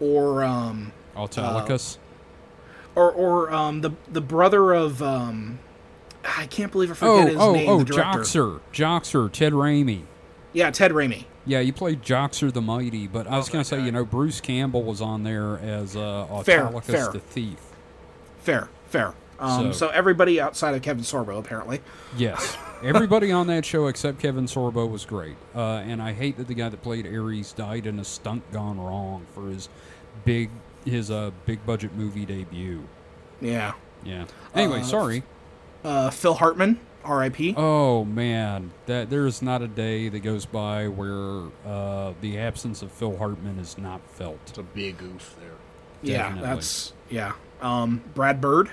or um,
Autolycus.
or or um, the the brother of um, I can't believe I forget
oh
his
oh
name.
oh,
the director.
Joxer, Joxer, Ted Raimi.
Yeah, Ted Raimi.
Yeah, you played Joxer the Mighty, but
Oh,
I was going to say, you know, Bruce Campbell was on there as uh,
Fair,
Autolycus
fair.
the Thief.
Fair, fair.
So-
Um, so. everybody outside of Kevin Sorbo apparently.
Yes. Everybody on that show except Kevin Sorbo was great. Uh, and I hate that the guy that played Ares died in a stunt gone wrong for his big his uh, big budget movie debut.
Yeah.
Yeah. Anyway,
Uh,
sorry.
Uh, Phil Hartman, R.I.P.
Oh man, that there is not a day that goes by where uh, the absence of Phil Hartman is not felt.
It's a big oof there.
yeah,
definitely.
that's yeah. Um, Brad Bird.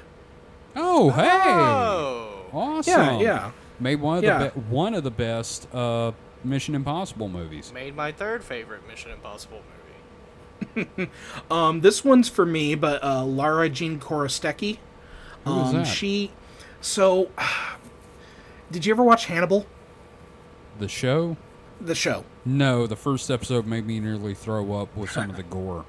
Oh hey,
Oh.
awesome.
Yeah, yeah.
Made one of
Yeah.
the be- one of the best uh, Mission Impossible movies.
Made my third favorite Mission Impossible movie.
Um, this one's for me, but uh, Lara Jean Korostecki.
Who is
Um,
that?
She. So, did you ever watch Hannibal,
The show?
the show?
No, the first episode made me nearly throw up with some of the gore.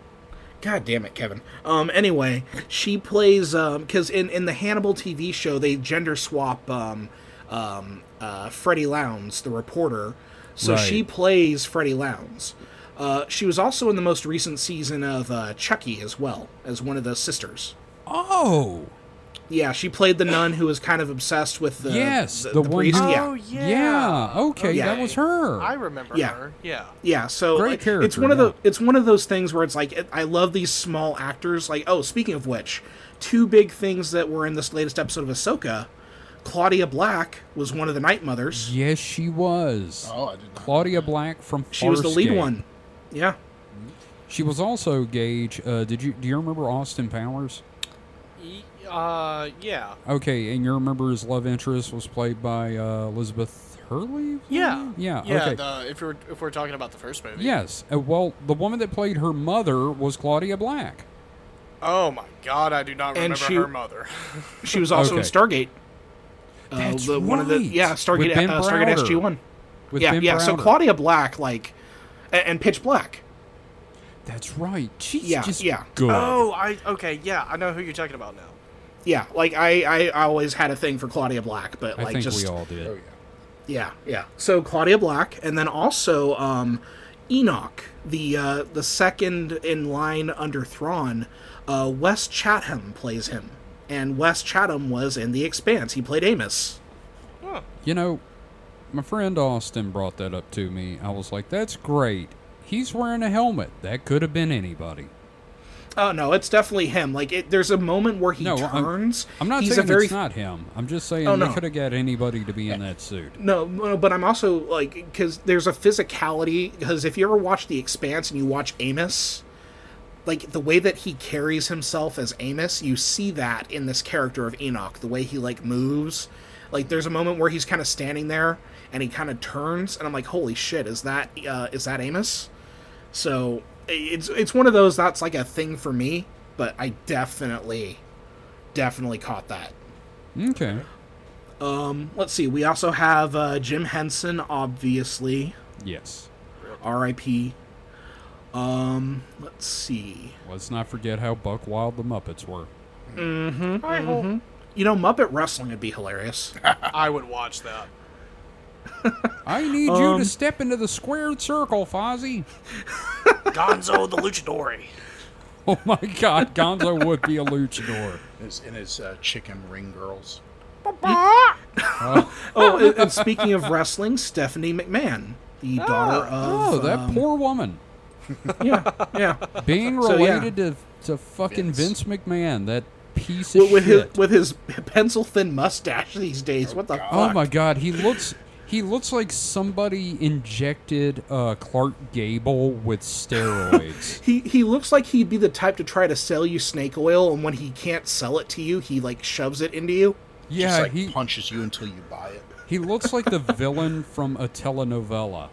God damn it, Kevin. Um, anyway, she plays because in in the Hannibal TV show they gender swap um, um, uh, Freddie Lowndes, the reporter. So
Right.
she plays Freddie Lowndes. Uh, she was also in the most recent season of uh, Chucky as well as one of the sisters.
Oh,
Yeah, she played the nun who was kind of obsessed with the
Yes,
the,
the
the
one
priest.
who-
Yeah,
Oh yeah.
Yeah. Okay,
Yeah.
that was her.
I remember
Yeah.
her. Yeah.
yeah. So
Great
like, it's
character,
one of
yeah.
the it's one of those things where it's like it, I love these small actors. Like oh, speaking of which, two big things that were in this latest episode of Ahsoka. Claudia Black was one of the Night Mothers.
yes, she was.
Oh, I did not.
Claudia Black from
She was the lead
Farscape.
one. Yeah.
She was also Gage. Uh, did you do you remember Austin Powers?
E- Uh, yeah.
Okay, and you remember his love interest was played by uh, Elizabeth Hurley?
Yeah.
Yeah.
Yeah.
okay.
The, if we're if we're talking about the first movie.
Yes. Uh, well, the woman that played her mother was Claudia Black.
Oh my God, I do not
And
remember
she-
her mother.
She was also in
Okay.
Stargate. Uh,
That's
the- one of the
right.
yeah
With
Stargate
Ben
uh, Stargate
Browder.
SG One.
With
Yeah,
Ben
yeah. So
Browder.
Claudia Black, like, and, and Pitch Black.
That's right. She's
Yeah,
just
yeah.
good.
Oh, I okay. Yeah, I know who you're talking about now.
Yeah, like I, I always had a thing for Claudia Black, but
I
like
think
just
we all did.
Oh yeah.
yeah, yeah. So Claudia Black, and then also um, Enoch, the uh, the second in line under Thrawn. Uh, Wes Chatham plays him, and Wes Chatham was in The Expanse. He played Amos.
You know, my friend Austin brought that up to me. I was like, "That's great." He's wearing a helmet. That could have been anybody.
Oh no, it's definitely him. Like it, there's a moment where he
No, I'm-
turns.
I'm not
He's
saying
a very
it's not him. I'm just saying
Oh,
they
no.
could have got anybody to be in that suit.
No, no, but I'm also like because there's a physicality. Because if you ever watch The Expanse and you watch Amos, like the way that he carries himself as Amos, you see that in this character of Enoch. The way he like moves, like there's a moment where he's kind of standing there and he kind of turns, and I'm like, holy shit, is that uh, is that Amos? So i- it's it's one of those that's like a thing for me, but I definitely, definitely caught that.
Okay.
Um, let's see. We also have uh, Jim Henson, obviously,
Yes.
R.I.P. Um, let's see.
Let's not forget how buck wild the Muppets were.
I hope
You know, Muppet wrestling would be hilarious.
Mm-hmm. I would watch that.
I need
Um,
you to step into the squared circle, Fozzie.
Gonzo the Luchadori.
Oh my God, Gonzo would be a luchador.
And his, and his uh, chicken ring girls.
Uh,
oh, and, and speaking of wrestling, Stephanie McMahon, the daughter of
Ah, Oh, that
um,
poor woman.
yeah, yeah,
Being
So, yeah.
related to to fucking Vince,
Vince.
McMahon, that piece of
with, with
shit.
his with his pencil thin mustache these days. What the
oh
fuck?
my God, he looks he looks like somebody injected uh, Clark Gable with steroids.
He, he looks like he'd be the type to try to sell you snake oil, and when he can't sell it to you, he like shoves it into you.
yeah,
Just like
he
punches you until you buy it.
he looks like the villain from a telenovela.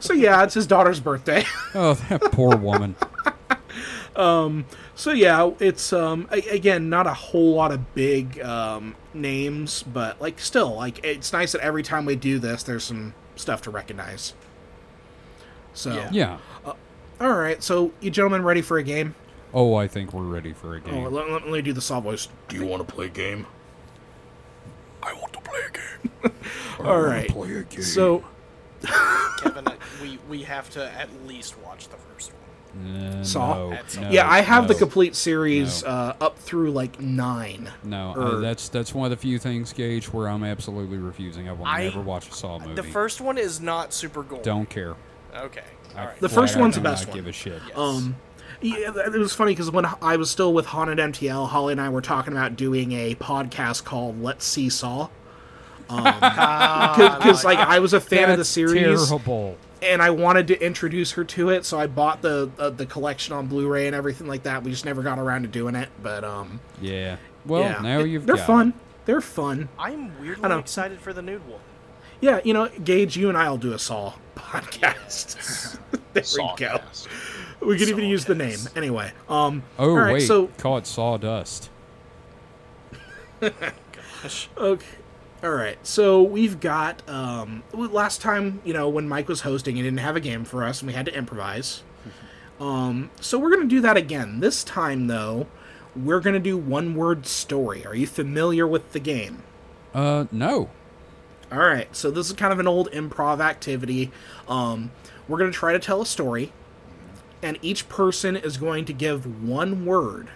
So yeah, it's his daughter's birthday.
Oh, that poor woman.
So yeah, it's um a- again not a whole lot of big um names, but like still like it's nice that every time we do this, there's some stuff to recognize. So
Yeah.
Yeah.
all right, so you gentlemen ready for a game?
Oh, I think we're ready for a
Oh,
game.
let, let me do the soft voice.
Do you want to play a game? I want to play a game.
All right,
Play a game.
so
Kevin, I- we we have to at least watch the first one.
Uh,
Saw?
no, no,
yeah, I have the
no.
complete series
No.
uh, up through like nine.
No,
Or-
uh, that's that's one of the few things, Gage, where I'm absolutely refusing. I will
I-
never watch a Saw movie.
The first one is not super gore.
Don't care.
Okay.
I
All right.
The
flat
first
out
one's
do
the best
not
one.
Give a shit.
Yes.
Um, yeah, th- it was funny because when I was still with Haunted MTL, Holly and I were talking about doing a podcast called "Let's See Saw." Because like I was a fan of the
That's
series,
Terrible.
and I wanted to introduce her to it, so I bought the uh, the collection on Blu-ray and everything like that. We just never got around to doing it, but um,
Yeah. Well,
yeah,
now
It-
you've
they're
got
fun.
it.
They're fun.
I'm weirdly
know.
excited for the nude one.
Yeah, you know, Gage, you and I'll do a Saw podcast. there we go.
Sawcast.
We could even use the name
Sawcast.
anyway. Um,
Oh
all right,
wait,
so
call it sawdust.
Okay. All right. So we've got um w- last time, you know, when Mike was hosting, he didn't have a game for us and we had to improvise. Um so we're going to do that again. This time though, we're going to do one word story. Are you familiar with the game?
Uh, no.
All right. So this is kind of an old improv activity. Um we're going to try to tell a story and each person is going to give one word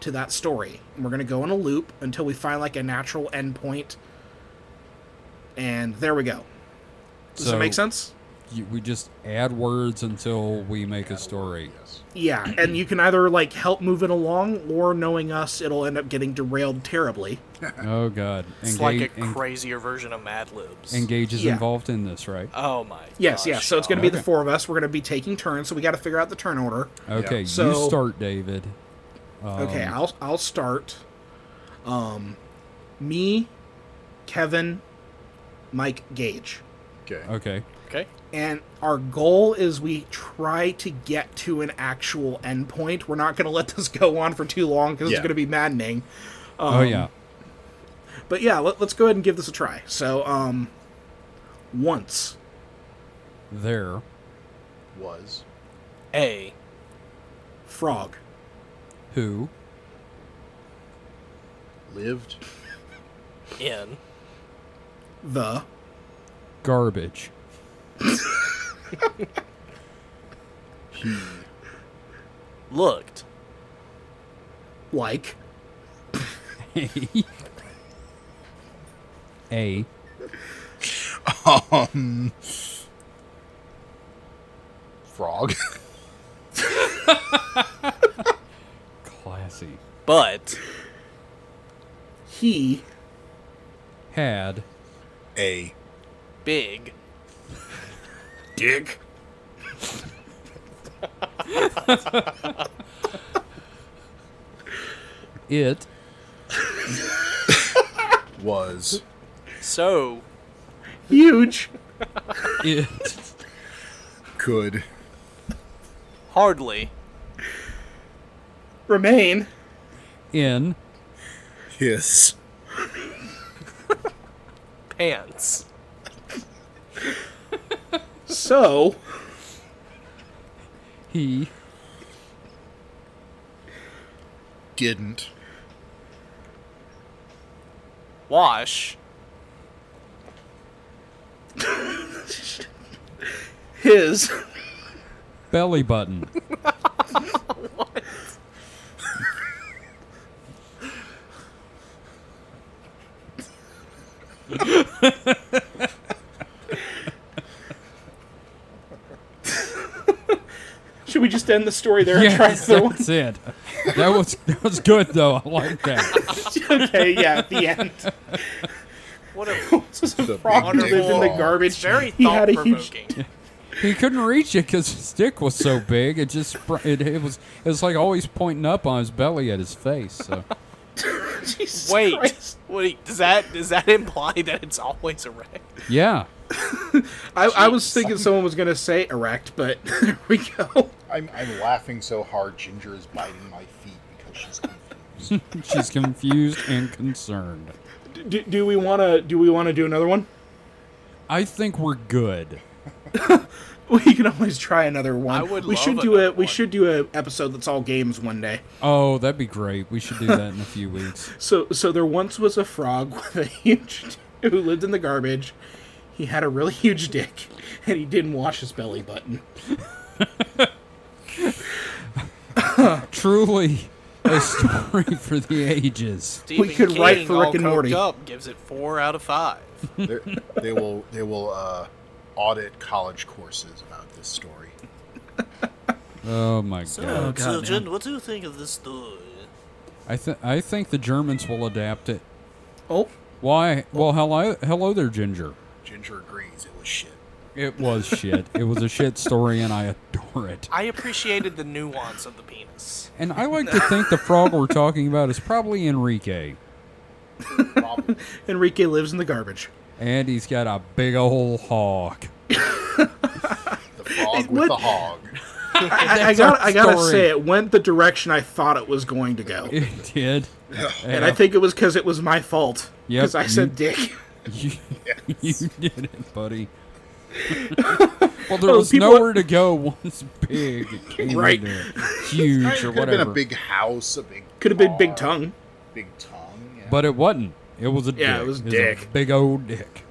to that story. And We're gonna go in a loop until we find like a natural endpoint. And there we go. Does
So-
that make sense?
You, we just add words until we make a story.
Yes.
Yeah, and you can either like help move it along, or knowing us, it'll end up getting derailed terribly.
Oh God,
It's like a crazier version of Mad Libs.
Engage is
Yeah.
involved in this, right?
oh my.
Yes,
gosh,
yes. So it's
y'all.
going to be the four of us. We're going to be taking turns. So we got to figure out the turn order.
Okay, you
So-
start, David.
Okay,
Um,
I'll I'll start. Um, me, Kevin, Mike, Gage,
Okay.
Okay,
Okay.
and our goal is we try to get to an actual endpoint. We're not going to let this go on for too long because
Yeah.
it's going to be maddening.
oh
um,
yeah,
But yeah, let, let's go ahead and give this a try. So, um, once
there
Was
A.
frog
who
lived
N.
the
garbage
he
Looked.
like
a
um frog
classy
But
he
had
a
big.
dick
it
was
So
huge
it
could
hardly
remain
in
his
pants.
so
he
didn't
Wash.
his
belly button
Should we just end the story there and try
yes
the one?
that's it that was that was good though i like that
okay, yeah, at the end.
What a
This is a
The
frog who
big
lived in the
frog.
garbage.
it's very
He had
thought
a huge-
provoking.
he couldn't reach it because his dick was so big it just spr- it, it was it was like always pointing up on his belly at his face so
Jesus
Wait,
Christ.
wait. Does that does that imply that it's always erect?
yeah
I, I was thinking someone was gonna say erect, but there we go.
I'm, I'm laughing so hard ginger is biting my feet because she's confused
she's confused and concerned
Do, do we wanna do we wanna do another one?
i think we're good
We can always try another one.
I would
we
love
should do a
another
we
one.
should do a episode that's all games one day.
oh that'd be great we should do that in a few weeks
So so there once was a frog with a huge who lived in the garbage. He had a really huge dick, and he didn't wash his belly button.
truly a story for the ages
Stephen
could
King,
write for
all
Rick and
coked
Morty.
Up gives it four out of five.
They're- they will they will uh, audit college courses about this story
oh my god
God, children,
what do you think of this story?
I think I think the Germans will adapt it.
Oh,
Why? Well, hello, hello there, Ginger.
ginger agrees it was shit
It was shit. It was a shit story, and I adore it.
I appreciated the nuance of the penis.
And I like to think the frog we're talking about is probably Enrique,
Probably.
Enrique lives in the garbage.
and he's got a big old hog.
the frog with
What?
the hog
I, I
That's our
got. I gotta
story.
say, it went the direction I thought it was going to go,
It did.
and I think it was because it was my fault.
Yep,
Because I
you-
said dick.
you, you did it, buddy. well, there
Oh,
was
people-
nowhere to go once big, came
Right.
into huge or
could have been
whatever.
a big house a big
Could have been big
car,
tongue.
big tongue yeah.
but it wasn't. It was a dick.
Yeah, it was
a
dick.
big old dick.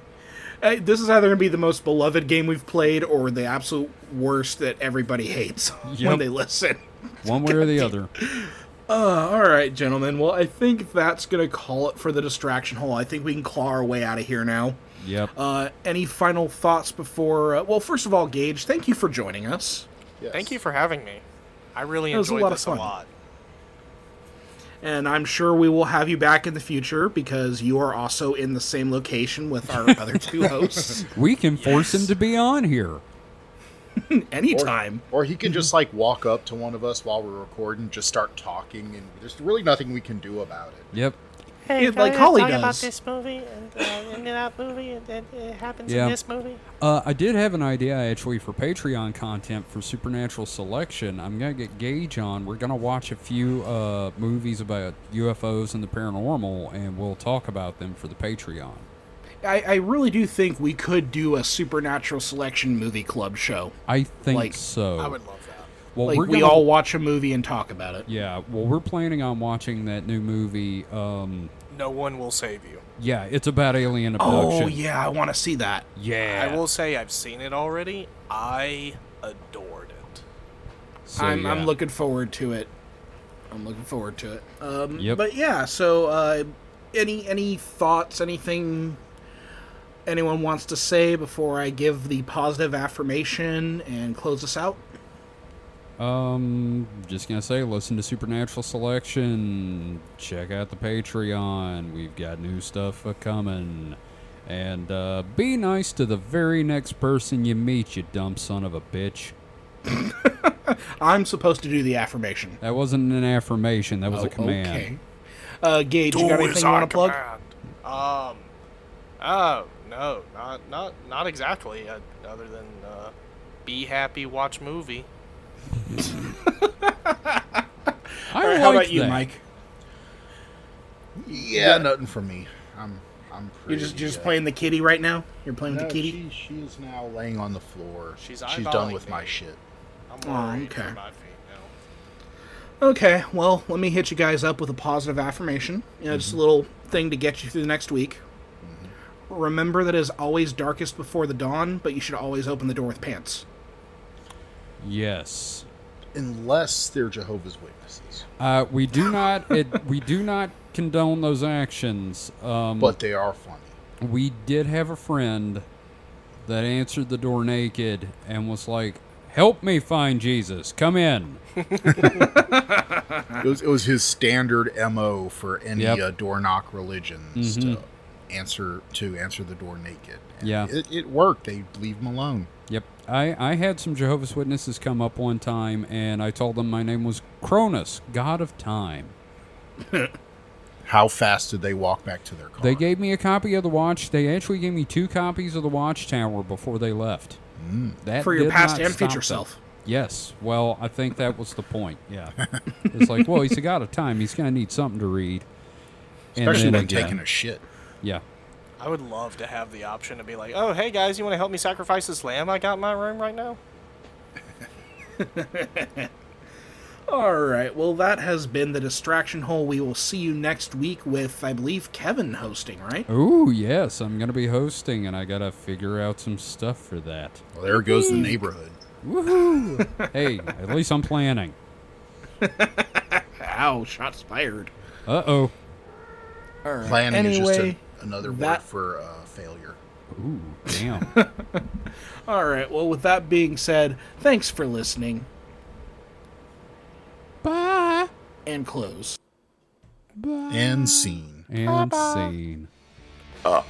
Uh, this is either gonna be the most beloved game we've played, or the absolute worst that everybody hates
Yep.
when they listen.
One way or the other.
Uh, all right, gentlemen. Well, I think that's going to call it for the distraction hole. I think we can claw our way out of here now.
Yep.
Uh, any final thoughts before? Uh, well, first of all, Gage, thank you for joining us.
Yes.
Thank you for having me. I really
That was a
enjoyed
lot of
this
fun.
a lot.
And I'm sure we will have you back in the future because you are also in the same location with our other two hosts
we can force him to be on here.
anytime.
Or he can just like walk up to one of us while we're recording, just start talking, and there's really nothing we can do about it.
Yep.
Hey,
Yeah,
can
like
we
Holly
talk about
does.
this movie and, uh, and that movie and then it happens
Yeah.
in this movie?
Uh, I did have an idea actually for Patreon content for Supernatural Selection. I'm gonna get Gage on. We're gonna watch a few uh, movies about UFOs and the paranormal, and we'll talk about them for the Patreon.
I, I really do think we could do a supernatural selection movie club show.
I think
Like,
so.
I would love that.
well,
Like
we're
we
gonna-
all watch a movie and talk about it.
Yeah. Well, we're planning on watching that new movie. Um,
No one will save you.
yeah, it's about alien abduction.
Oh yeah, I want to see that.
Yeah.
I will say I've seen it already. I adored it.
So,
I'm,
yeah.
I'm looking forward to it. I'm looking forward to it. Um,
Yep.
But yeah, so uh, any any thoughts, anything anyone wants to say before I give the positive affirmation and close us out?
Um, just gonna say, listen to Supernatural Selection. Check out the Patreon. We've got new stuff a coming. And uh, be nice to the very next person you meet, you dumb son of a bitch.
I'm supposed to do the affirmation.
That wasn't an affirmation. That was a command.
Oh, Okay. Uh, Gage, you got
Do
anything
as
you
I
want to plug?
command. Um. Oh no, not not not exactly. Uh, other than uh, be happy, watch movie.
I
All right,
like
how about you,
that.
Mike?
Yeah, nothing from me. I'm I'm. Pretty,
You're just you're just
uh,
playing the kitty right now. You're playing
No,
with the kitty.
she, she is now laying on the floor.
She's
she's
eyeballing
done with my
me.
shit.
I'm
Oh,
worried
okay.
for my feet now.
Okay, well, let me hit you guys up with a positive affirmation. You know, just
Mm-hmm.
a little thing to get you through the next week. Remember that it is always darkest before the dawn, but you should always open the door with pants.
Yes.
Unless they're Jehovah's Witnesses,
Uh, we do not. It, we do not condone those actions. Um,
but they are funny.
we did have a friend that answered the door naked and was like, "Help me find Jesus. Come in."
It was, it was his standard mo for any
Yep.
uh, door knock religions
Mhm.
to answer to answer the door naked.
Yeah.
it, it worked. They leave him alone.
Yep. I, I had some Jehovah's Witnesses come up one time, and I told them my name was Cronus, God of Time.
How fast did they walk back to their car?
They gave me a copy of the watch. They actually gave me two copies of the Watchtower before they left. Mm. That
For your
did
past
not
and
stop
future
them.
self.
Yes. Well, I think that was the point. Yeah. it's like, well, he's a god of time. He's gonna need something to read. And
especially
then
when
again-
taking a shit.
Yeah.
I would love to have the option to be like, oh hey guys, you want to help me sacrifice this lamb I got in my room right now?
All right, well, that has been the distraction hole. We will see you next week with, I believe, Kevin hosting, right?
Oh yes, I'm gonna be hosting, and I gotta figure out some stuff for that.
Well, there goes the neighborhood.
Woohoo! hey, at least I'm planning.
Ow, shots fired.
Uh oh.
All right.
Planning is just
Anyway,
a, another word
that-
for uh, failure.
Ooh, damn.
All right, well, with that being said, thanks for listening
Bye.
and close.
Bye.
And scene.
And scene.
Uh,